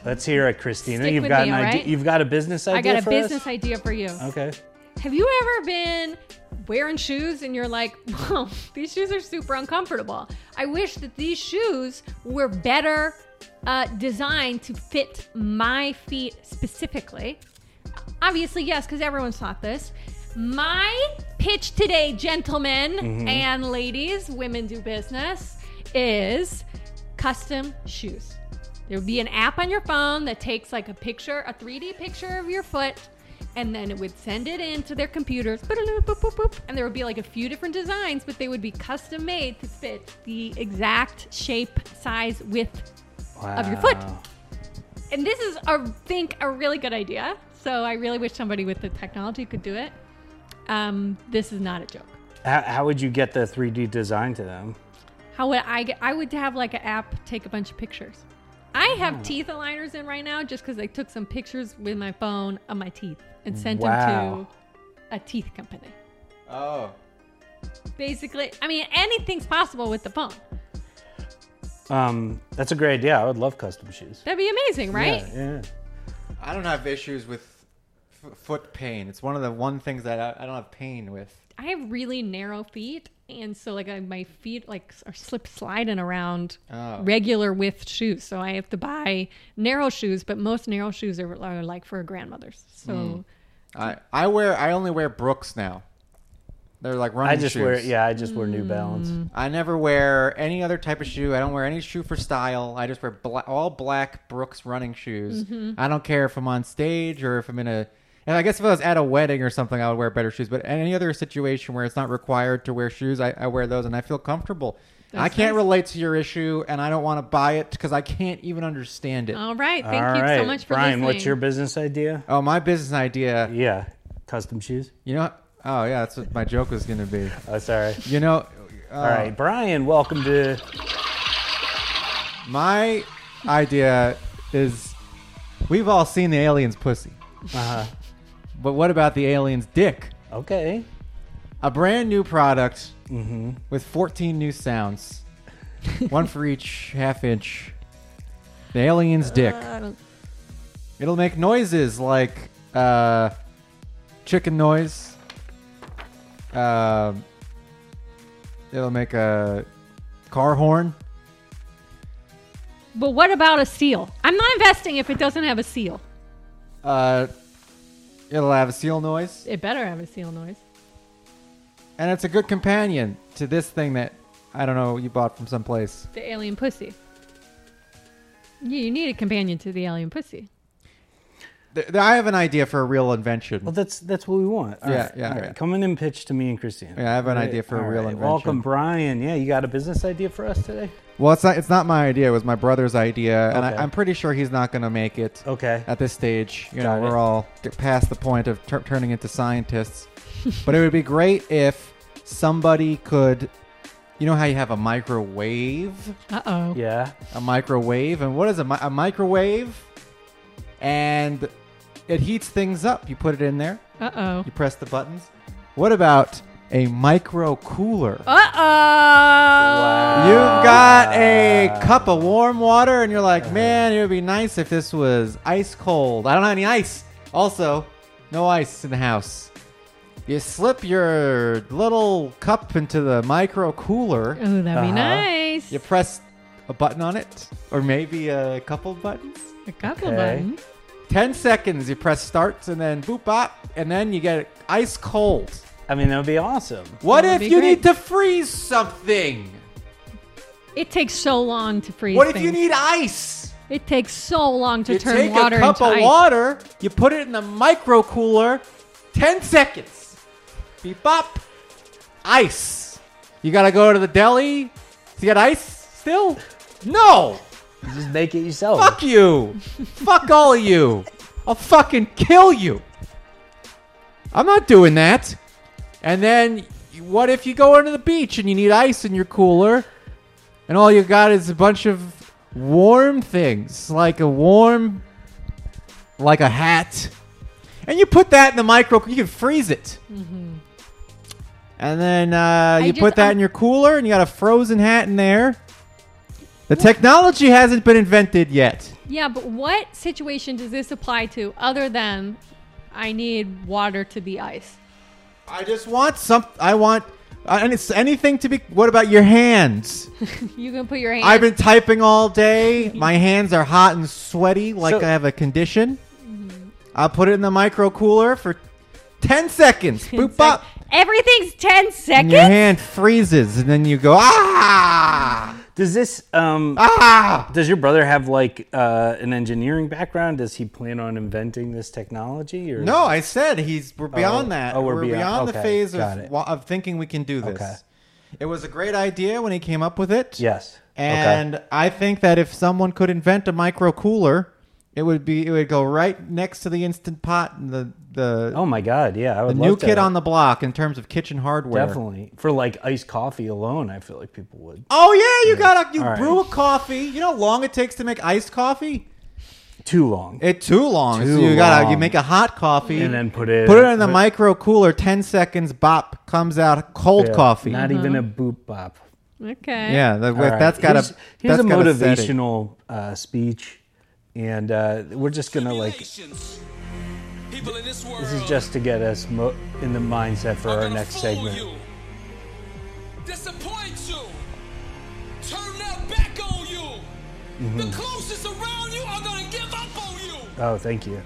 S1: Let's hear it, Christina.
S3: Stick
S1: you've
S3: with
S1: got
S3: me,
S1: an
S3: all
S1: idea.
S3: right?
S1: You've got a business idea.
S3: I got a
S1: for
S3: business
S1: us?
S3: idea for you.
S1: Okay.
S3: Have you ever been wearing shoes and you're like, wow, these shoes are super uncomfortable? I wish that these shoes were better uh, designed to fit my feet specifically. Obviously, yes, because everyone's taught this. My pitch today, gentlemen and ladies, women do business, is custom shoes. There would be an app on your phone that takes like a picture, a 3D picture of your foot, and then it would send it into their computers. boop, boop, boop, boop, And there would be like a few different designs, but they would be custom made to fit the exact shape, size, width
S1: Wow.
S3: Of your foot. and this is I think a really good idea. So I really wish somebody with the technology could do it. Um, this is not a joke.
S1: How, how would you get the 3D design to them?
S3: How would I get? I would have like an app take a bunch of pictures. I have teeth aligners in right now just because I took some pictures with my phone of my teeth and sent
S1: Wow.
S3: them to a teeth company.
S2: Oh,
S3: Basically, I mean anything's possible with the phone.
S1: Um, that's a great idea. I would love custom shoes.
S3: That'd be amazing, right?
S1: Yeah. yeah.
S2: I don't have issues with f- foot pain. It's one of the one things that I, I don't have pain with.
S3: I have really narrow feet, and so like I, my feet like s- are slip sliding around
S2: Oh.
S3: regular width shoes. So I have to buy narrow shoes, but most narrow shoes are, are like for grandmothers. So
S1: Hmm.
S2: I I wear I only wear Brooks now. They're like running
S1: I just
S2: shoes.
S1: wear. Yeah, I just wear New Balance.
S2: I never wear any other type of shoe. I don't wear any shoe for style. I just wear bla- all black Brooks running shoes. I don't care if I'm on stage or if I'm in a. And I guess if I was at a wedding or something, I would wear better shoes. But in any other situation where it's not required to wear shoes, I, I wear those and I feel comfortable. I can't
S3: nice.
S2: relate to your issue, and I don't want to buy it because I can't even understand it.
S3: all right, thank
S1: All
S3: you so
S1: right.
S3: much for
S1: Brian,
S3: listening.
S1: what's your business idea?
S2: Oh, my business idea.
S1: Yeah, custom shoes.
S2: You know. Oh yeah, that's what my joke was gonna be.
S1: Oh, sorry.
S2: You know. Uh,
S3: Oh.
S1: All right, Brian, welcome to.
S2: My idea is we've all seen the alien's pussy,
S1: Uh huh.
S2: but what about the alien's dick?
S1: Okay.
S2: A brand new product
S1: Mm-hmm.
S2: with 14 new sounds, one for each half inch. The alien's dick.
S3: I don't-
S2: It'll make noises like uh, chicken noise. Um it'll make a car horn.
S3: but what about a seal? I'm not investing if it doesn't have a seal.
S2: Uh, it'll have a seal noise.
S3: It better have a seal noise.
S2: And it's a good companion to this thing that I don't know you bought from someplace.
S3: The alien pussy. Yeah, you need a companion to the alien pussy.
S2: Th- th- I have an idea for a real invention.
S1: Well, that's that's what we want. All
S2: Yeah,
S1: right,
S2: yeah,
S1: all right.
S2: yeah.
S1: Come in and pitch to me and Christine.
S2: Yeah, I have an idea for a real invention.
S1: Welcome, Brian. Yeah, you got a business idea for us today?
S2: Well, it's not, it's not my idea. It was my brother's idea, and I,
S1: Okay.
S2: I'm pretty sure he's not going to make it.
S1: Okay.
S2: At this stage, you
S1: Got
S2: know,
S1: it.
S2: we're all get past the point of tur turning into scientists. but it would be great if somebody could, you know, how you have a microwave,
S3: Uh oh.
S1: Yeah.
S2: a microwave, and what is a, mi- a microwave? And it heats things up. You put it in there.
S3: Uh oh.
S2: You press the buttons. What about a micro cooler?
S3: Uh oh.
S2: You've got a cup of warm water, and you're like, man, it would be nice if this was ice cold. I don't have any ice. Also, no ice in the house. You slip your little cup into the micro cooler.
S3: Oh, that'd be
S1: Uh-huh.
S3: nice.
S2: You press a button on it, or maybe a couple buttons.
S3: A couple
S1: Okay.
S3: buttons.
S2: 10 seconds, you press starts, and then boop bop, and then you get it ice cold.
S1: I mean, that would be awesome.
S2: What
S3: That would
S2: if
S3: be
S2: you
S3: great.
S2: need to freeze something?
S3: It takes so long to freeze.
S2: What if you
S3: things.
S2: need ice?
S3: It takes so long to
S2: you
S3: turn
S2: take
S3: water
S2: a cup
S3: into
S2: of
S3: ice.
S2: water, you put it in the micro cooler, 10 seconds. Beep up, ice. You gotta go to the deli to get ice still? No!
S1: You just make it yourself.
S2: Fuck you! fuck all of you! I'll fucking kill you! I'm not doing that! And then, what if you go into the beach and you need ice in your cooler, and all you got is a bunch of warm things, like a warm, like a hat, and you put that in the micro, you can freeze it. And then uh, you
S3: just-
S2: put that
S3: I'm-
S2: in your cooler, and you got a frozen hat in there. The technology hasn't been invented yet.
S3: Yeah, but what situation does this apply to other than I need water to be ice?
S2: I just want some. I want, uh, and it's anything to be. What about your hands?
S3: You can put your hand.
S2: I've been typing all day. My hands are hot and sweaty, like
S1: So-
S2: I have a condition. I'll put it in the micro cooler for ten seconds. Boop up.
S3: Everything's 10
S2: And your
S3: seconds.
S2: hand freezes, and then you go ah
S1: Does this um
S2: ah.
S1: does your brother have like uh, an engineering background? Does he plan on inventing this technology? Or
S2: No, I said he's we're beyond
S1: Oh,
S2: that.
S1: oh,
S2: we're,
S1: we're
S2: beyond,
S1: beyond-
S2: the
S1: okay,
S2: phase
S1: got
S2: of,
S1: it.
S2: wa- of thinking we can do this.
S1: Okay.
S2: It was a great idea when he came up with it.
S1: Yes.
S2: And I think that if someone could invent a micro cooler, it would be it would go right next to the instant pot and the the,
S1: Oh my God! Yeah, I
S2: the
S1: would love
S2: new
S1: to
S2: kid on the block in terms of kitchen hardware.
S1: definitely for like iced coffee alone. I feel like people would
S2: Oh yeah, you got to you
S1: All right.
S2: brew a coffee. You know how long it takes to make iced coffee?
S1: too long.
S2: It too long.
S1: Too
S2: so you got to you
S1: long.
S2: make a hot coffee
S1: And then put it-
S2: put it in the
S1: put-
S2: micro cooler. Ten seconds, bop, comes out cold
S1: Yeah,
S2: coffee.
S1: Not even
S4: Uh-huh.
S1: a boop bop.
S3: okay.
S2: yeah, that,
S1: All right,
S2: that's got
S1: here's,
S2: a
S1: here's
S2: that's
S1: a
S2: got setting.
S1: motivational uh, speech, and uh, we're just gonna like
S4: Tribulations. People in this world.
S1: this is just to get us mo- in the mindset for
S4: are
S1: our
S4: gonna
S1: next
S4: fool
S1: segment.
S4: You, disappoint you. Turn their back on you.
S1: Mm-hmm.
S4: The closest around you are gonna give up on you.
S1: Oh, thank you.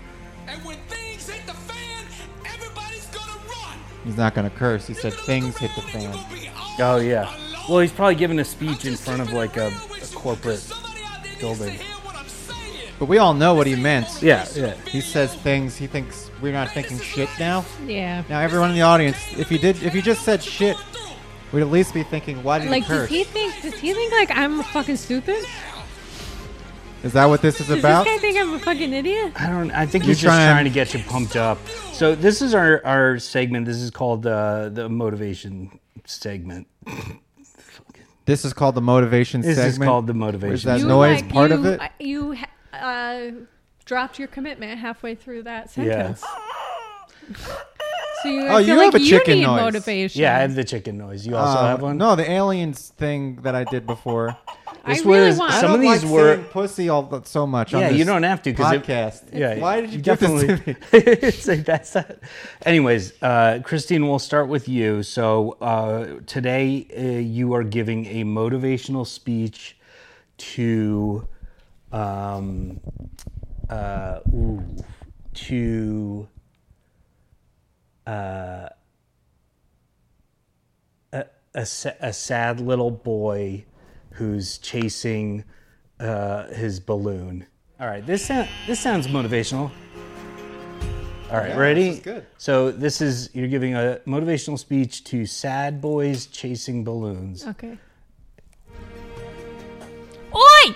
S4: And when things hit the fan, everybody's gonna run.
S2: He's not gonna curse. He
S4: You're
S2: said
S4: gonna look
S2: things hit the
S4: around and you're
S2: fan.
S4: gonna be all
S1: Oh yeah.
S4: alone.
S1: Well, he's probably giving a
S4: I'm
S1: speech in
S4: just
S1: front of
S4: keeping it
S1: like a,
S4: real
S1: a
S4: with you, 'cause
S1: corporate.
S4: somebody out there needs to
S1: building.
S4: hear what I'm saying.
S2: But we all know what he meant.
S1: Yeah, yeah.
S2: He says things. He thinks we're not thinking shit now.
S3: Yeah.
S2: Now everyone in the audience, if you did, if you just said shit, we'd at least be thinking, why did
S3: Like,
S2: he
S3: does
S2: curse?
S3: he think? Does he think like I'm fucking stupid?
S2: Is that what this is
S3: Does
S2: about?
S3: this guy think I'm a fucking idiot?
S1: I don't. I think
S2: You're
S1: he's just
S2: trying-
S1: trying to get you pumped up. So this is our our segment. This is called uh, the motivation segment.
S2: This is called the motivation
S1: This
S2: segment.
S1: is called the motivation.
S2: Is that
S1: segment.
S3: You,
S2: noise part of
S3: you-
S2: it?
S3: You uh, dropped your commitment halfway through that
S1: Yeah,
S3: sentence.
S4: Oh,
S3: So you, I
S2: Oh,
S3: feel
S2: you have
S3: like
S2: a chicken
S3: you need
S2: noise.
S3: motivation.
S1: yeah. I have the chicken noise. You also
S2: Uh,
S1: have one.
S2: No, the aliens thing that I did before.
S3: I
S1: This
S3: really
S1: was-
S3: want.
S2: I
S1: Some
S2: don't
S1: of these
S2: like
S1: were-
S2: saying pussy all that so much. on
S1: Yeah, you
S2: this
S1: don't have to, 'cause it-
S2: podcast.
S1: Yeah.
S2: Why did you give this
S1: definitely?
S2: to me?
S1: it's like that's that. Anyways, uh, Christine, we'll start with you. So uh, today uh, you are giving a motivational speech to, um, uh, ooh, to. a, sa- a sad little boy who's chasing uh, his balloon. All right, this sound, this sounds motivational. All right, ready?
S2: this is good.
S1: So this is you're giving a motivational speech to sad boys chasing
S3: Oh,
S1: balloons.
S5: Okay.
S3: Oi!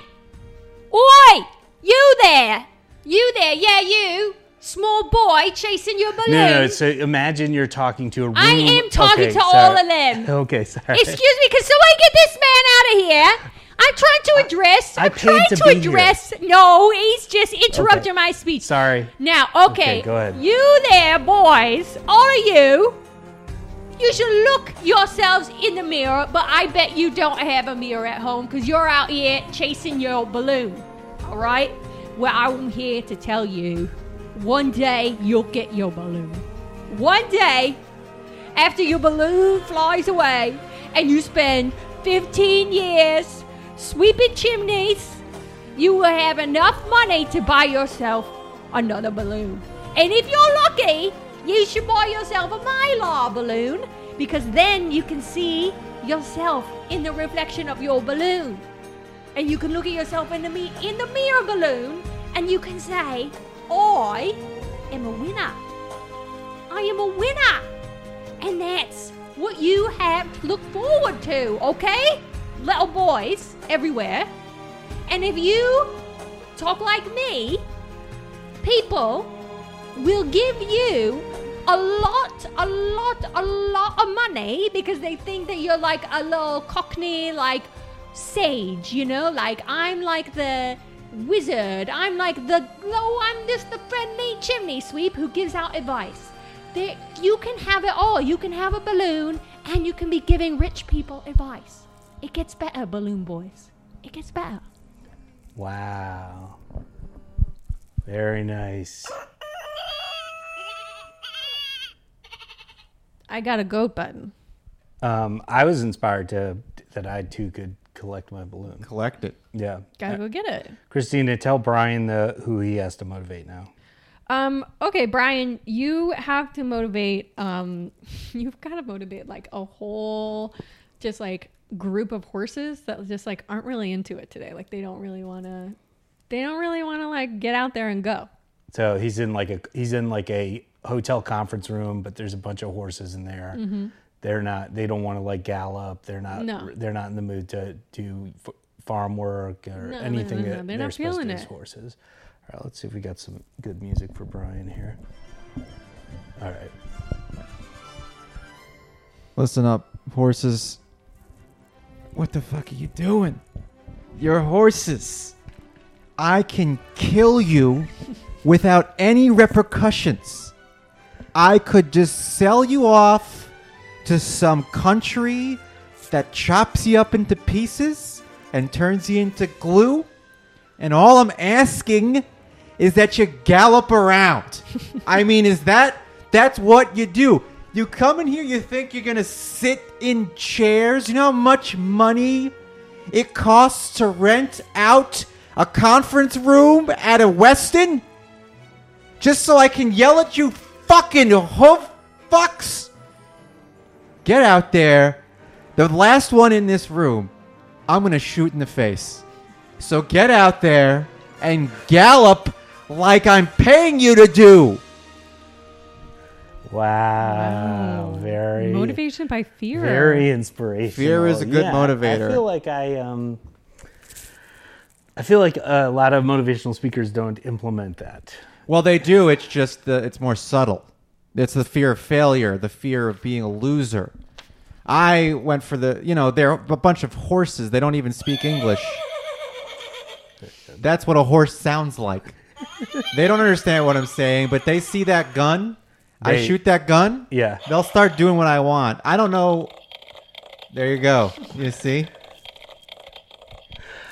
S3: Oi! You there! You there, yeah, you! Small boy chasing your balloon!
S1: No, no, no. So imagine you're talking to a room.
S3: I am talking
S1: okay,
S3: to
S1: sorry.
S3: all of them!
S1: Okay, sorry.
S3: Excuse me, can somebody get this man out of here? I'm trying to address.
S1: I
S3: I'm
S1: paid
S3: trying
S1: to
S3: to,
S1: be here.
S3: address. No, he's just interrupting my speech.
S1: sorry.
S3: Now, okay,
S1: Okay, go ahead.
S3: You there, boys, all of you, you should look yourselves in the mirror, but I bet you don't have a mirror at home because you're out here chasing your balloon. All right? Well, I'm here to tell you one day you'll get your balloon. One day, after your balloon flies away, and you spend 15 years sweeping chimneys, you will have enough money to buy yourself another balloon. And if you're lucky, you should buy yourself a Mylar balloon because then you can see yourself in the reflection of your balloon. And you can look at yourself in the, me- in the mirror balloon and you can say, I am a winner. I am a winner. And that's what you have to look forward to, okay? Little boys everywhere. And if you talk like me, people will give you a lot, a lot, a lot of money because they think that you're like a little cockney, like sage, you know? Like, I'm like the wizard. I'm like the, oh, I'm just the friendly chimney sweep who gives out advice. There, you can have it all. You can have a balloon and you can be giving rich people advice. It gets better, balloon boys. It gets better.
S1: Wow. Very nice.
S5: I got a goat button.
S1: Um, I was inspired to that I too could collect my balloon.
S2: Collect it.
S1: Yeah.
S2: Uh,
S5: Gotta go get it.
S1: Christina, tell Brian the who he has to motivate now.
S5: Um, okay, Brian, you have to motivate. Um, you've got to motivate like a whole, just like group of horses that just like aren't really into it today. Like they don't really want to. They don't really want to like get out there and go.
S1: So he's in like a he's in like a hotel conference room, but there's a bunch of horses in there. They're not they don't want to like gallop. They're not
S5: Mm-hmm. No.
S1: they're not in the mood to do f- farm work or
S5: no,
S1: anything
S5: no,
S1: that
S5: no, they're
S1: they're,
S5: not
S1: supposed
S5: feeling
S1: to do
S5: it.
S1: as horses. All right, let's see if we got some good music for Brian here. All right.
S2: Listen up, horses. What the fuck are you doing? You're horses. I can kill you without any repercussions. I could just sell you off to some country that chops you up into pieces and turns you into glue. And all I'm asking is that you gallop around. I mean, is that that's what you do? You come in here, you think you're gonna sit in chairs. You know how much money it costs to rent out a conference room at a Westin? Just so I can yell at you fucking hoof fucks? Get out there. The last one in this room, I'm gonna shoot in the face. So get out there and gallop like I'm paying you to do.
S1: Wow. Very
S5: Motivation by fear.
S1: very inspirational.
S2: Fear is a good
S1: Yeah,
S2: motivator.
S1: I feel like I um I feel like a lot of motivational speakers don't implement that.
S2: Well, they do. It's just the it's more subtle. It's the fear of failure, the fear of being a loser. I went for the you know they're a bunch of horses. They don't even speak English. That's what a horse sounds like. They don't understand what I'm saying, but they see that gun. I
S1: They-
S2: shoot that gun.
S1: Yeah.
S2: They'll start doing what I want. I don't know. There you go. You see.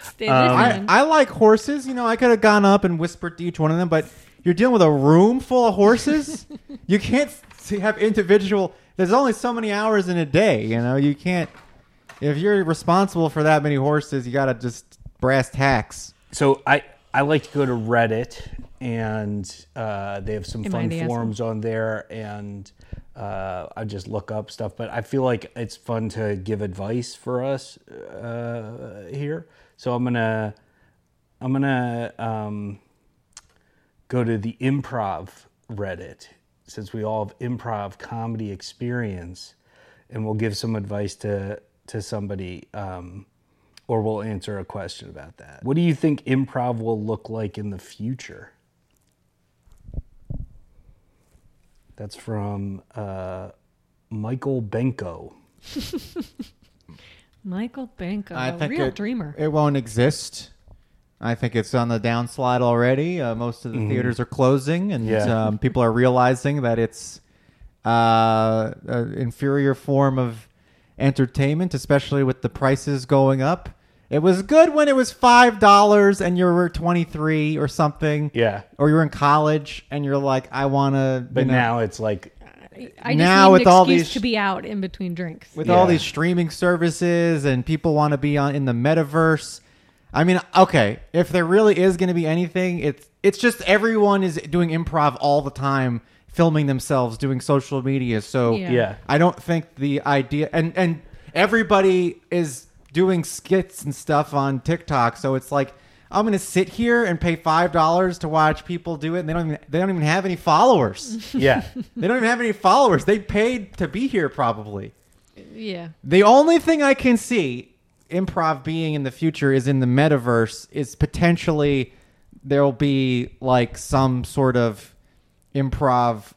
S5: Stay
S2: I,
S5: listening.
S2: I like horses. You know, I could have gone up and whispered to each one of them, but you're dealing with a room full of horses. you can't s- have individual. There's only so many hours in a day. You know, you can't. If you're responsible for that many horses, you gotta just brass tacks.
S1: So I I like to go to Reddit and uh, they have some
S5: Am I
S1: fun
S5: the asshole?
S1: forums on there and uh, I just look up stuff. But I feel like it's fun to give advice for us uh, here. So I'm gonna I'm gonna um, go to the improv Reddit, since we all have improv comedy experience, and we'll give some advice to to somebody, um, or we'll answer a question about that. What do you think improv will look like in the future? That's from uh, Michael Benko.
S5: Michael Banco,
S2: I
S5: a
S2: think
S5: real
S2: it,
S5: dreamer.
S2: It won't exist. I think it's on the downslide already. Uh, most of the theaters are closing, and
S1: Mm-hmm. Yeah.
S2: um, people are realizing that it's uh, an inferior form of entertainment, especially with the prices going up. It was good when it was five dollars and you were twenty three or something.
S1: Yeah.
S2: Or you're in college and you're like, I want to.
S1: But now it's like
S5: I just
S2: now
S5: need
S2: with
S5: an
S2: all
S5: excuse
S2: these-
S5: to be out in between drinks.
S2: with all
S1: Yeah.
S2: these streaming services and people want to be on in the metaverse. I mean, okay, if there really is going to be anything, it's it's just everyone is doing improv all the time, filming themselves, doing social media. So
S5: Yeah.
S1: yeah.
S2: I don't think the idea and and everybody is doing skits and stuff on TikTok, so it's like I'm going to sit here and pay five dollars to watch people do it, and they don't even, they don't even have any followers.
S1: Yeah.
S2: they don't even have any followers. They paid to be here, probably.
S5: Yeah.
S2: The only thing I can see improv being in the future is in the metaverse is potentially there'll be like some sort of improv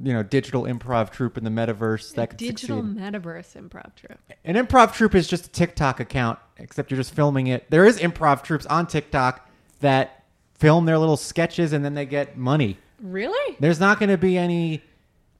S2: you know digital improv troupe in the metaverse that could
S5: Digital
S2: succeed.
S5: metaverse improv troupe.
S2: An improv troupe is just a TikTok account except you're just filming it. There is improv troupes on TikTok that film their little sketches and then they get money.
S5: Really?
S2: There's not going to be any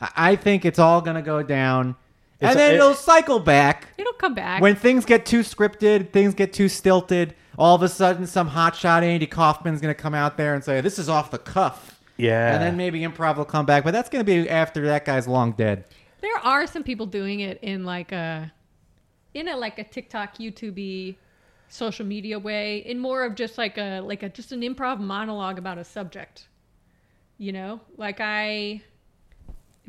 S2: I I think it's all going to go down and
S1: It's-
S2: then
S1: it-
S2: it'll cycle back
S5: It'll come back.
S2: when things get too scripted, things get too stilted, all of a sudden some hotshot Andy Kaufman's going to come out there and say, this is off the cuff.
S1: Yeah.
S2: And then maybe improv will come back, but that's going to be after that guy's long dead.
S5: there are some people doing it in like a in a like a TikTok, YouTube social media way, in more of just like a like a just an improv monologue about a subject. You know? Like I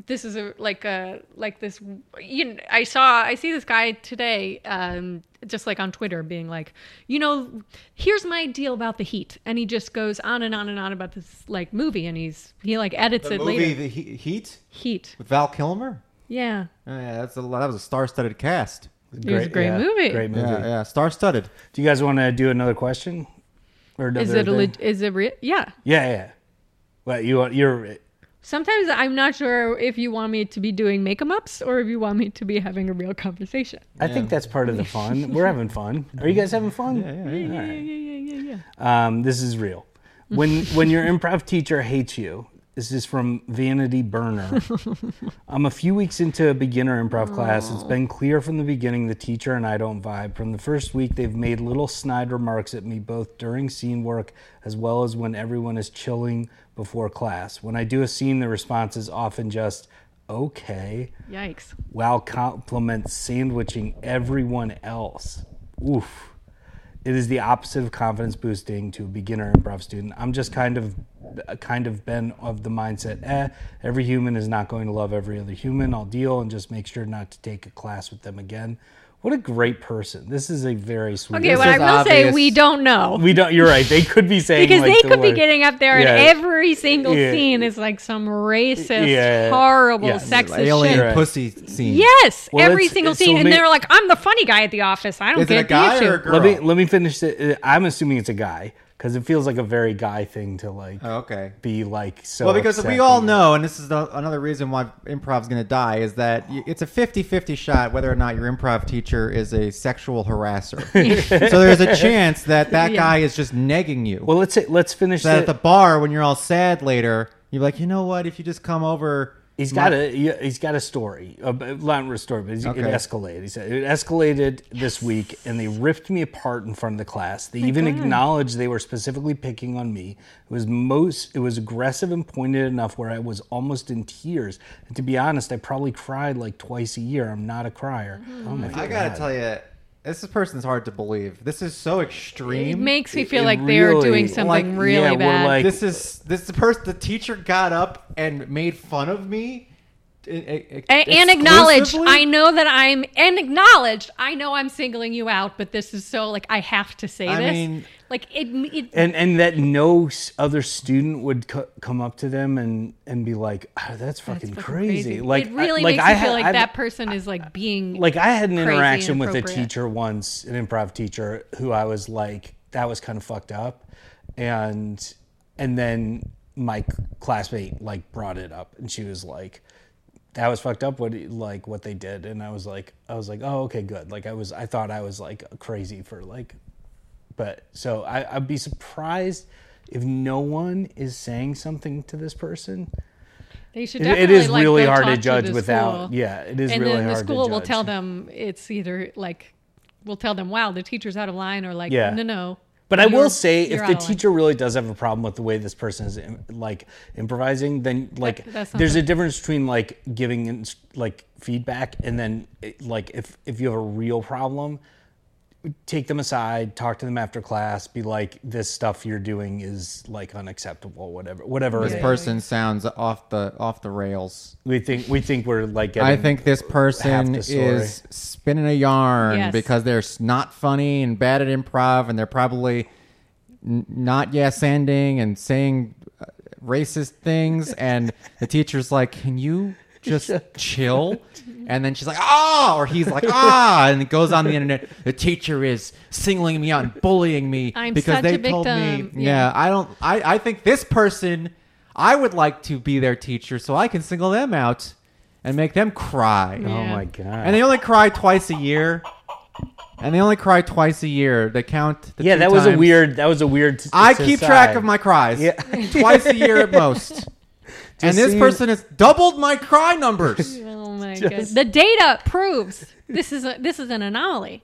S5: this is a like a like this you know, i saw i see this guy today um just like on twitter being like you know here's my deal about the heat and he just goes on and on and on about this like movie and he's he like edits it later
S2: The he- Heat
S5: heat
S2: with Val Kilmer?
S5: yeah
S2: Oh, yeah, that's a, that was a star-studded cast.
S5: It was a great
S1: yeah,
S5: movie.
S1: Great movie.
S2: Yeah, yeah, star-studded.
S1: Do you guys want to do another question? Or
S5: Is
S1: another
S5: it a
S1: thing?
S5: leg is it real? Yeah.
S1: Yeah, yeah. Well, you want you're
S5: Sometimes I'm not sure if you want me to be doing make em ups or if you want me to be having a real conversation.
S1: I think that's part of the fun. We're having fun. Are you guys having fun? Yeah, yeah, yeah. Um, this is real. When when your improv teacher hates you, this is from Vanity Burner. I'm a few weeks into a beginner improv class. It's been clear from the beginning the teacher and I don't vibe. From the first week, they've made little snide remarks at me both during scene work as well as when everyone is chilling before class. When I do a scene, the response is often just okay
S5: Yikes.
S1: while compliments sandwiching everyone else. Oof. It is the opposite of confidence boosting to a beginner improv student. I'm just kind of kind of been of the mindset, eh, every human is not going to love every other human. I'll deal and just make sure not to take a class with them again. What a great person. This is a very sweet
S5: Okay,
S1: this
S5: what I
S1: is-
S5: will say,
S2: obvious.
S5: we don't know.
S1: we don't you're right. They could be saying
S5: Because
S1: like,
S5: they
S1: the
S5: could be
S1: word-
S5: getting up there
S1: Yeah.
S5: and every single
S1: Yeah.
S5: scene is like some racist,
S1: Yeah.
S5: horrible,
S1: Yeah.
S5: sexist
S2: Alien
S5: shit.
S1: Right.
S2: pussy scene.
S5: Yes,
S1: Well,
S5: every
S1: it's-
S5: single
S1: it's so
S5: scene. and
S1: ma-
S5: they're like, I'm the funny guy at the office. I don't
S2: Is
S5: get
S2: it a guy
S5: the issue.
S2: or a girl?
S1: Let me let me finish it. Uh, I'm assuming it's a guy cuz it feels like a very guy thing to like
S2: Oh, okay.
S1: be like so
S2: Well, because we
S1: accepting.
S2: all know, and this is the, another reason why improv's going to die, is that y- it's a 50 50 shot whether or not your improv teacher is a sexual harasser. so there's a chance that that
S5: Yeah.
S2: guy is just negging you.
S1: Well, let's let's finish
S2: that at
S1: that.
S2: the bar, when you're all sad later, you're like, you know what? If you just come over.
S1: he's
S2: my-
S1: got a he- he's got a story, a, not a story, but it
S2: Okay.
S1: escalated. He said it escalated this week, and they ripped me apart in front of the class. They even acknowledged they were specifically picking on me. It was most it was aggressive and pointed enough where I was almost in tears. And to be honest, I probably cried like twice a year. I'm not a crier.
S2: Mm-hmm.
S1: Oh my
S2: I got to tell you, this person's hard to believe. This is so
S5: It
S2: extreme.
S5: makes me feel
S1: It
S5: like they're
S1: really-
S5: doing something
S2: like,
S5: really
S1: yeah, we're
S5: bad.
S1: like-
S2: this is this the person the teacher got up and made fun of me e,
S5: And, and acknowledge, I know that I'm, and acknowledged, I know I'm singling you out, but this is so, like, I have to say
S2: I
S5: this.
S2: mean-
S5: like, it, it
S1: and and that no s- other student would co- come up to them and and be like, oh, "That's fucking
S5: fucking
S1: crazy. Like,
S5: it really
S1: I, like
S5: makes
S1: I
S5: you
S1: had,
S5: feel like
S1: I've-
S5: that person is like being
S1: Like I had an
S5: crazy and
S1: interaction with a
S5: appropriate.
S1: teacher once, an improv teacher, who I was like, "That was kind of fucked up," and and then my classmate like brought it up, and she was like. That was fucked up. What like what they did, and I was like, I was like, oh okay, good. Like I was, I thought I was like crazy for like but so I, I'd be surprised if no one is saying something to this person.
S5: They should
S1: It- it
S5: definitely
S1: is
S5: like,
S1: really
S5: go
S1: hard to
S5: talk
S1: judge
S5: the
S1: without-
S5: school.
S1: yeah, it is
S5: and
S1: really
S5: then the
S1: hard to
S5: school will
S1: judge.
S5: tell them it's either like we'll tell them wow the teacher's out of line or like
S1: Yeah.
S5: no no.
S1: But I
S5: you're-
S1: will say,
S5: you're
S1: if
S5: out
S1: the
S5: of line."
S1: teacher really does have a problem with the way this person is im- like improvising, then like
S5: that's not
S1: there's a
S5: fair.
S1: difference between like giving ins- like feedback and then it- like if if you have a real problem, take them aside, talk to them after class, be like, this stuff you're doing is like unacceptable, whatever, whatever.
S2: This
S1: it is.
S2: person sounds off the off the rails.
S1: we think we think we're like. Getting,
S2: I think this person
S1: the story.
S2: is spinning a yarn
S5: Yes.
S2: because they're s- not funny and bad at improv, and they're probably n- not yes ending and saying uh, racist things. And the teacher's like, "Can you just chill?" And then she's like, "Ah!" Or he's like, "Ah!" And it goes on the internet. The teacher is singling me out, and bullying me
S5: I'm
S2: because
S5: such
S2: they
S5: a
S2: told me.
S5: victim.
S2: Yeah.
S5: Yeah.
S2: I don't. I I think this person. I would like to be their teacher so I can single them out and make them cry.
S1: Oh
S5: Yeah.
S1: my god!
S2: And they only cry twice a year. And they only cry twice a year. They count. The
S1: yeah,
S2: two
S1: that was a
S2: times.
S1: weird. That was a weird. s-
S2: I keep track
S1: aside.
S2: of my cries.
S1: Yeah.
S2: twice a year at most. and this
S1: see-
S2: person has doubled my cry numbers.
S5: Oh my god! The data proves this is a, this is an anomaly.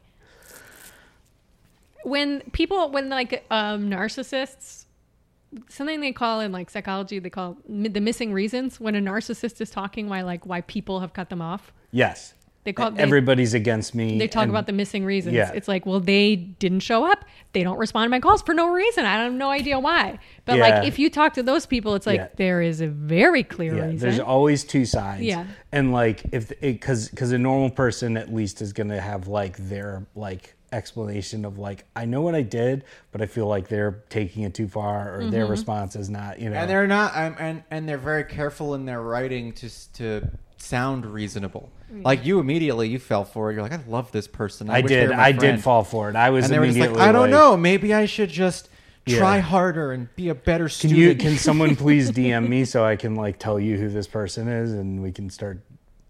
S5: When people, when like um, narcissists, something they call in like psychology, they call mi- the missing reasons. When a narcissist is talking, why like why people have cut them off,
S1: Yes.
S5: they call they,
S1: Everybody's against me.
S5: they talk
S1: and-
S5: about the missing reasons.
S1: Yeah.
S5: It's like, well, they didn't show up. They don't respond to my calls for no reason. I have no idea why. But
S1: Yeah.
S5: like, if you talk to those people, it's like
S1: Yeah.
S5: there is a very clear
S1: Yeah,
S5: reason.
S1: there's always two sides.
S5: Yeah.
S1: And like if because because a normal person at least is gonna have like their like explanation of like I know what I did, but I feel like they're taking it too far or their response is not you know.
S2: And they're not. I'm, and and they're very careful in their writing to s- to sound reasonable. Like you immediately, you fell for it. You're like, I love this person.
S1: I
S2: I, wish they
S1: did
S2: were my
S1: I
S2: friend."
S1: did fall for it. I was
S2: And they were just
S1: immediately
S2: like, I don't know. Maybe I should just try
S1: Yeah.
S2: harder and be a better
S1: Can
S2: student.
S1: you can someone please DM me so I can like tell you who this person is and we can start.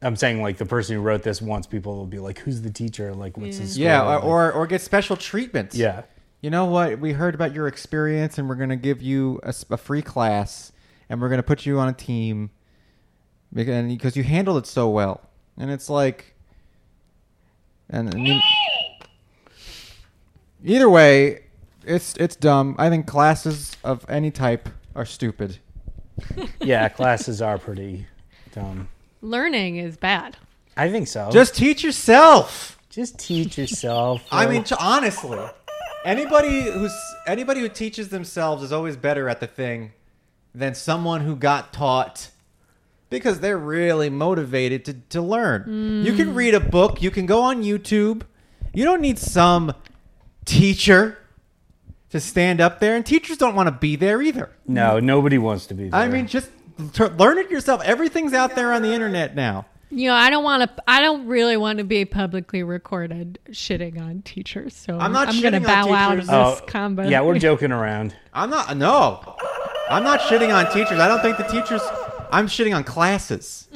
S1: I'm saying like the person who wrote this wants people will be like, who's the teacher? Like, what's his school?
S2: Yeah,
S1: Like,
S2: or, or or get special treatment.
S1: Yeah.
S2: You know what? We heard about your experience, and we're gonna give you a, s- a free class, and we're gonna put you on a team, because you handled it so well, and it's like, and, and then- either way, it's it's dumb. I think classes of any type are stupid.
S1: yeah, classes are pretty dumb.
S5: Learning is bad.
S1: I think so.
S2: Just teach yourself.
S1: just teach yourself.
S2: I
S1: like-
S2: mean, t- honestly, anybody who's anybody who teaches themselves is always better at the thing than someone who got taught because they're really motivated to, to learn. You can read a book, you can go on YouTube. You don't need some teacher to stand up there, and teachers don't want to be there either.
S1: no, nobody wants to be. There.
S2: I mean, just t- learn it yourself. Everything's out there on the internet now.
S5: You know, I don't want to. I don't really want to be publicly recorded shitting on teachers. So
S2: I'm not
S5: gonna
S2: shitting on
S5: bow out of
S2: teachers.
S5: this
S1: Oh,
S5: combo.
S1: Yeah, we're joking around.
S2: I'm not. No, I'm not shitting on teachers. I don't think the teachers. I'm shitting on classes.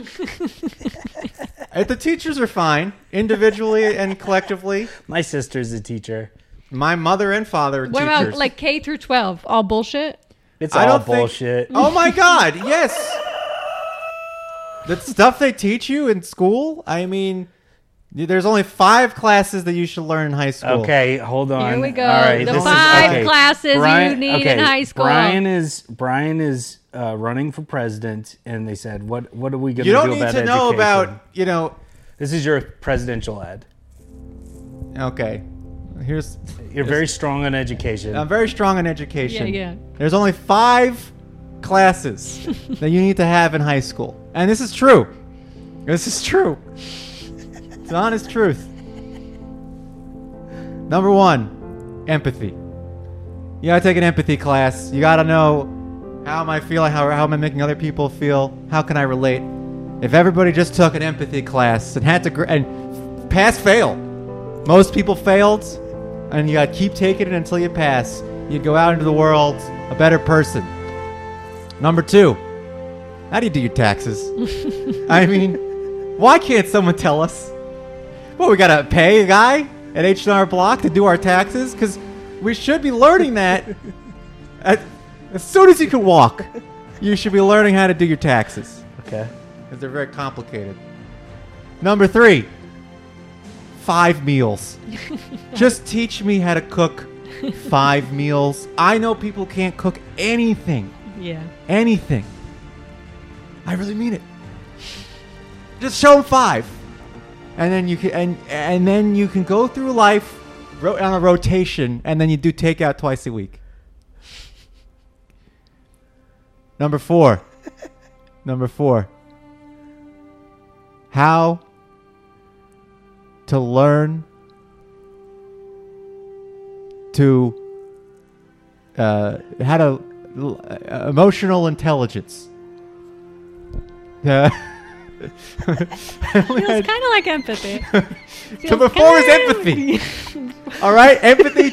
S2: if the teachers are fine, individually and collectively,
S1: My sister's a teacher.
S2: my mother and father are
S5: What
S2: teachers.
S5: about like K through twelve? All bullshit.
S1: It's
S2: I
S1: all
S2: don't think-
S1: bullshit.
S2: Oh my god! Yes. The stuff they teach you in school. I mean, there's only five classes that you should learn in high school.
S1: Okay, hold on.
S5: Here we go.
S1: All right,
S5: The
S1: this is-
S5: five
S1: okay.
S5: classes you need in high school.
S1: Brian is Brian is uh, running for president, and they said, "What what are we going
S2: You
S1: to
S2: don't
S1: do
S2: need
S1: about
S2: to know
S1: education?
S2: about. You know.
S1: This is your presidential ad.
S2: Okay. Here's.
S1: You're very strong on education.
S2: I'm very strong in education.
S5: Yeah, yeah.
S2: There's only five classes that you need to have in high school, and this is true. This is true. It's an honest truth. Number one, empathy. You gotta take an empathy class. You gotta know how am I feeling, how, how am I making other people feel, how can I relate. If everybody just took an empathy class and had to gr- and pass fail, most people failed, and you gotta keep taking it until you pass. You'd go out into the world a better person. Number two, how do you do your taxes? I mean, why can't someone tell us? Well, we gotta pay a guy at H&R Block to do our taxes because we should be learning that as, as soon as you can walk. You should be learning how to do your taxes
S1: Okay.
S2: 'cause they're very complicated. Number three, five meals. Just teach me how to cook five meals. I know people can't cook anything
S3: Yeah.
S2: anything. I really mean it. Just show them five, and then you can and and then you can go through life ro- on a rotation, and then you do takeout twice a week. Number four. Number four. How to learn to uh, how to l- uh, emotional intelligence. Uh, I only had-
S3: It's kind of like empathy.
S2: so before is empathy. All right, empathy,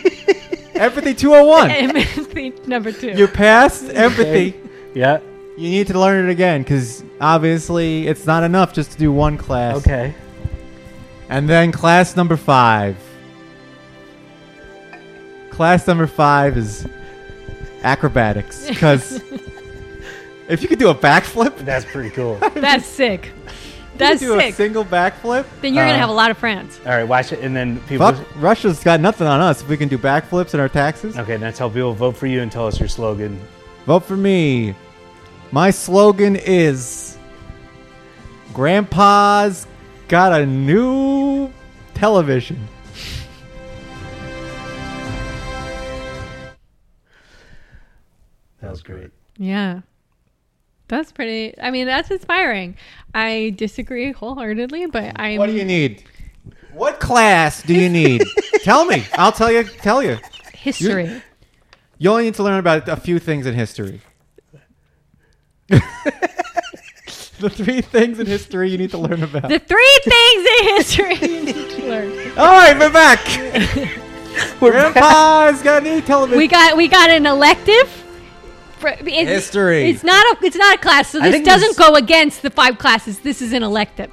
S2: empathy 201.
S3: empathy number two.
S2: You passed empathy.
S1: Yeah.
S2: You need to learn it again because obviously it's not enough just to do one class.
S1: Okay.
S2: And then class number five. Class number five is acrobatics because if you could do a backflip,
S1: That's pretty cool. All
S3: That's sick. That's
S2: do a
S3: sick.
S2: single backflip.
S3: then you're
S1: uh,
S3: gonna have a lot of friends.
S1: right, watch it, and then people.
S2: Fuck, Russia's got nothing on us if we can do backflips in our taxes.
S1: Okay, that's how people vote for you and tell us your slogan.
S2: Vote for me. My slogan is Grandpa's got a new television.
S1: That was great.
S3: Yeah. That's pretty. I mean, that's inspiring. I disagree wholeheartedly, but I.
S2: What do you need? What class do you need? tell me. I'll tell you. Tell you.
S3: history.
S2: You only need to learn about a few things in history. the three things in history you need to learn about.
S3: The three things in history you need to learn.
S2: All right, we're back. Grandpa's got a new television.
S3: We got we got an elective. For- it's-
S2: History.
S3: It's not a it's not a class, so this
S1: think
S3: doesn't
S1: this-
S3: go against the five classes. This is an elective.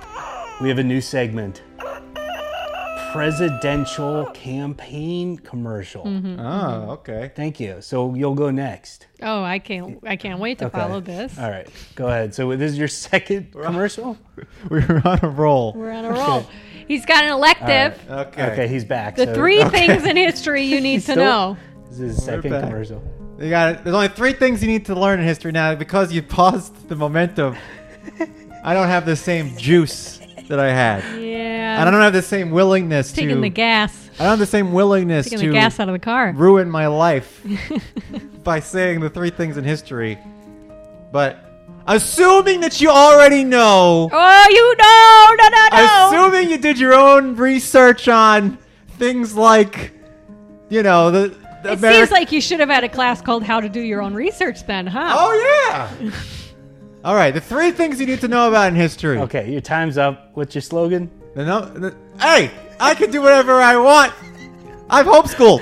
S1: We have a new segment presidential campaign commercial.
S3: Mm-hmm.
S2: oh, okay.
S1: Thank you. So you'll go next.
S3: Oh, I can't I can't wait to
S1: Okay.
S3: follow this.
S1: All right, go ahead. So this is your second commercial?
S2: We were on a roll.
S3: We're on a roll. He's got an elective.
S2: Okay.
S1: Okay, he's back.
S3: The
S1: So
S3: three things in history you need to
S1: Still-
S3: know.
S1: This is his second
S2: back.
S1: commercial.
S2: You got There's only three things you need to learn in history now because you paused the momentum. I don't have the same juice that I had.
S3: Yeah.
S2: I don't have the same willingness
S3: taking
S2: to.
S3: the gas.
S2: I don't have the same willingness
S3: Taking
S2: to
S3: the gas out of the car.
S2: ruin my life by saying the three things in history. But assuming that you already know,
S3: Oh, you know, no, no, no.
S2: assuming you did your own research on things like, you know, the, the
S3: it
S2: Ameri-
S3: seems like you should have had a class called How to Do Your Own Research then, huh?
S2: Oh yeah. All right, the three things you need to know about in history.
S1: Okay, your time's up. What's your slogan?
S2: The no- the- hey, I can do whatever I want. i have homeschooled.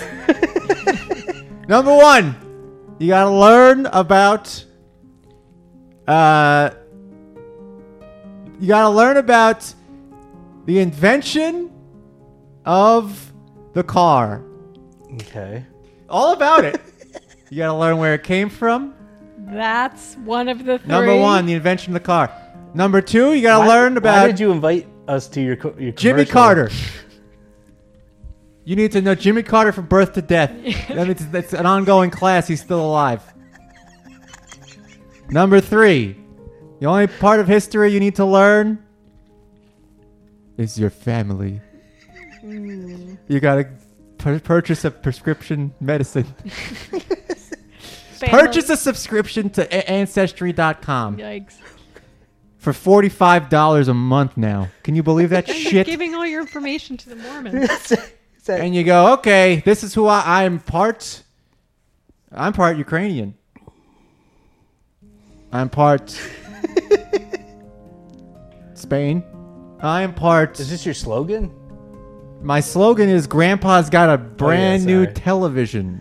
S2: Number one, you gotta learn about. Uh, you gotta learn about the invention of the car.
S1: Okay.
S2: All about it. you gotta learn where it came from.
S3: That's one of the three.
S2: Number one, the invention of the car. Number two, you gotta
S1: Why-
S2: learn about.
S1: Why did you invite us to your, co- your
S2: Jimmy
S1: commercial?
S2: Carter. You need to know Jimmy Carter from birth to death. That means it's an ongoing class. He's still alive. Number three, the only part of history you need to learn is your family. You gotta pur- purchase a prescription medicine.
S3: Family.
S2: Purchase a subscription to a- Ancestry.com
S3: Yikes.
S2: for $45 a month now. Can you believe that shit?
S3: Giving all your information to the Mormons.
S2: and you go, okay, this is who I, I'm part. I'm part Ukrainian. I'm part Spain. I am part.
S1: Is this your slogan?
S2: My slogan is Grandpa's got a brand new
S1: sorry.
S2: television.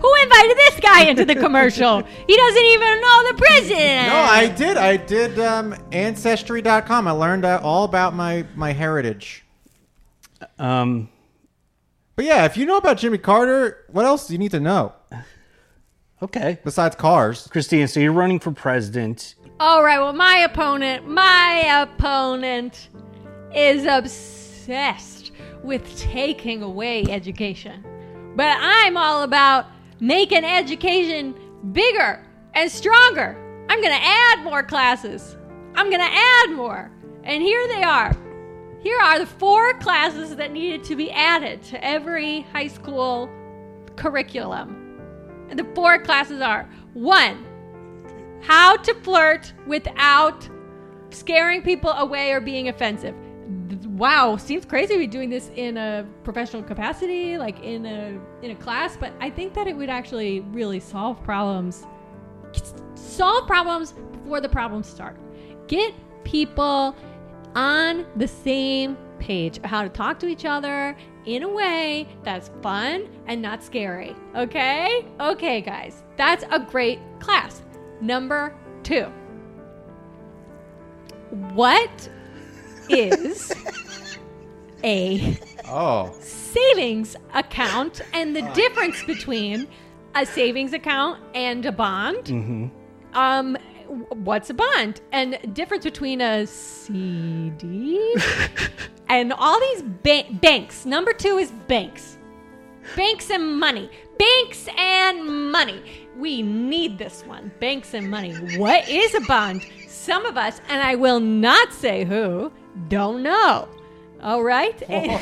S5: Who invited this guy into the commercial? he doesn't even know the president.
S2: No, I did. I did um, Ancestry.com. I learned uh, all about my, my heritage.
S1: Um,
S2: But yeah, if you know about Jimmy Carter, what else do you need to know
S1: okay.
S2: besides cars?
S1: Christina, so you're running for president.
S5: All right, well, my opponent, my opponent is obsessed with taking away education. But I'm all about making education bigger and stronger. I'm going to add more classes. I'm going to add more. And here they are. Here are the four classes that needed to be added to every high school curriculum. And the four classes are one, how to flirt without scaring people away or being offensive. Th- Wow, seems crazy to be doing this in a professional capacity, like in a in a class, but I think that it would actually really solve problems. S- Solve problems before the problems start. Get people on the same page of how to talk to each other in a way that's fun and not scary. Okay? Okay, guys. That's a great class. Number 2. What is a
S2: Oh.
S5: savings account and the difference between a savings account and a bond? Um w- what's a bond and difference between a CD and all these ba- banks. Number 2 is banks. Banks and money. Banks and money. We need this one. Banks and money. What is a bond? Some of us, and I will not say who, don't know. All right? It,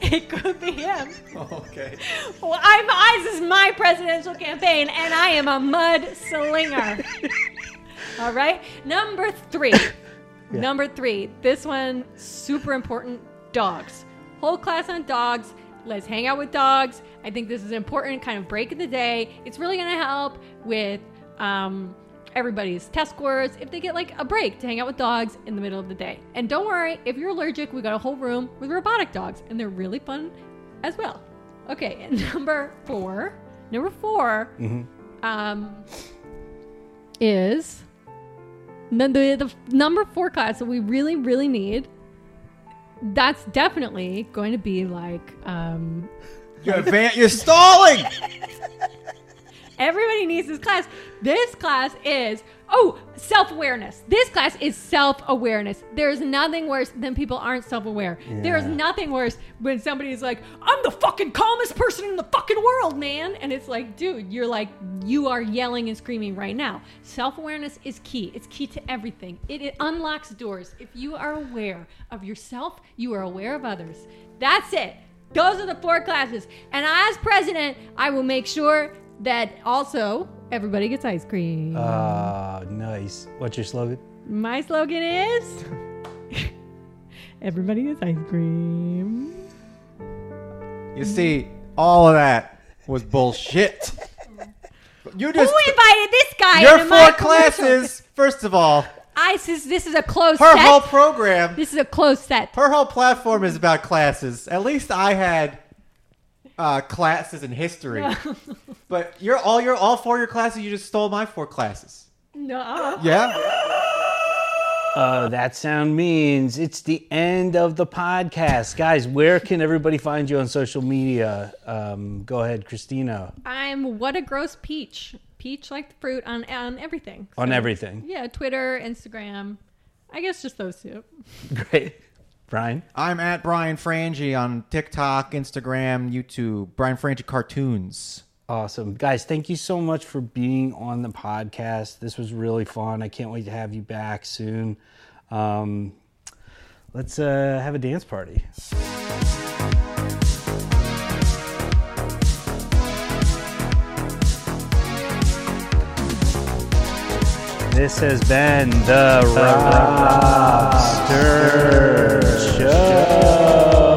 S5: it could be him.
S2: Okay.
S5: Well, I'm, I- this is my presidential campaign, and I am a mud slinger. All right? Number three. Number three. This one, super important dogs. Whole class on dogs. Let's hang out with dogs. I think this is important, kind of break of the day. It's really going to help with um, everybody's test scores if they get like a break to hang out with dogs in the middle of the day. And don't worry, if you're allergic, we got a whole room with robotic dogs, and they're really fun as well. Okay, and number four. Number 4 um, is the, the, the f- number four class that we really really need that's definitely going to be like um,
S2: You're, advan- you're stalling!
S5: everybody needs this class this class is oh self-awareness this class is self-awareness there's nothing worse than people aren't self-aware there's
S1: Yeah.
S5: nothing worse when somebody's like i'm the fucking calmest person in the fucking world man and it's like dude you're like you are yelling and screaming right now self-awareness is key it's key to everything it, it unlocks doors if you are aware of yourself you are aware of others that's it those are the four classes and as president i will make sure that also everybody gets ice cream
S1: Uh, nice. What's your slogan?
S5: my slogan is everybody gets ice cream
S2: You see, all of that was bullshit. You just.
S5: who invited this guy
S2: Your
S5: into my
S2: four
S5: commercial?
S2: classes, first of all,
S5: I this, this is a close
S2: her
S5: set.
S2: whole program,
S5: this is a close set.
S2: her whole platform is about classes. At least I had uh, classes in history. but you're all your all four of your classes, you just stole my four classes.
S5: No.
S2: Yeah.
S1: Uh, that sound means it's the end of the podcast. Guys, where can everybody find you on social media? Um, go ahead, Christina,
S5: I'm what a gross peach. Peach like the fruit on on everything.
S1: on
S5: So,
S1: everything.
S5: Yeah, Twitter, Instagram. I guess just those two.
S1: Great. Brian?
S2: I'm at Brian Frangie on TikTok, Instagram, YouTube. Brian Frangie cartoons.
S1: Awesome. Guys, thank you so much for being on the podcast. This was really fun. I can't wait to have you back soon. Um, let's uh, have a dance party. This has been the Roster Show.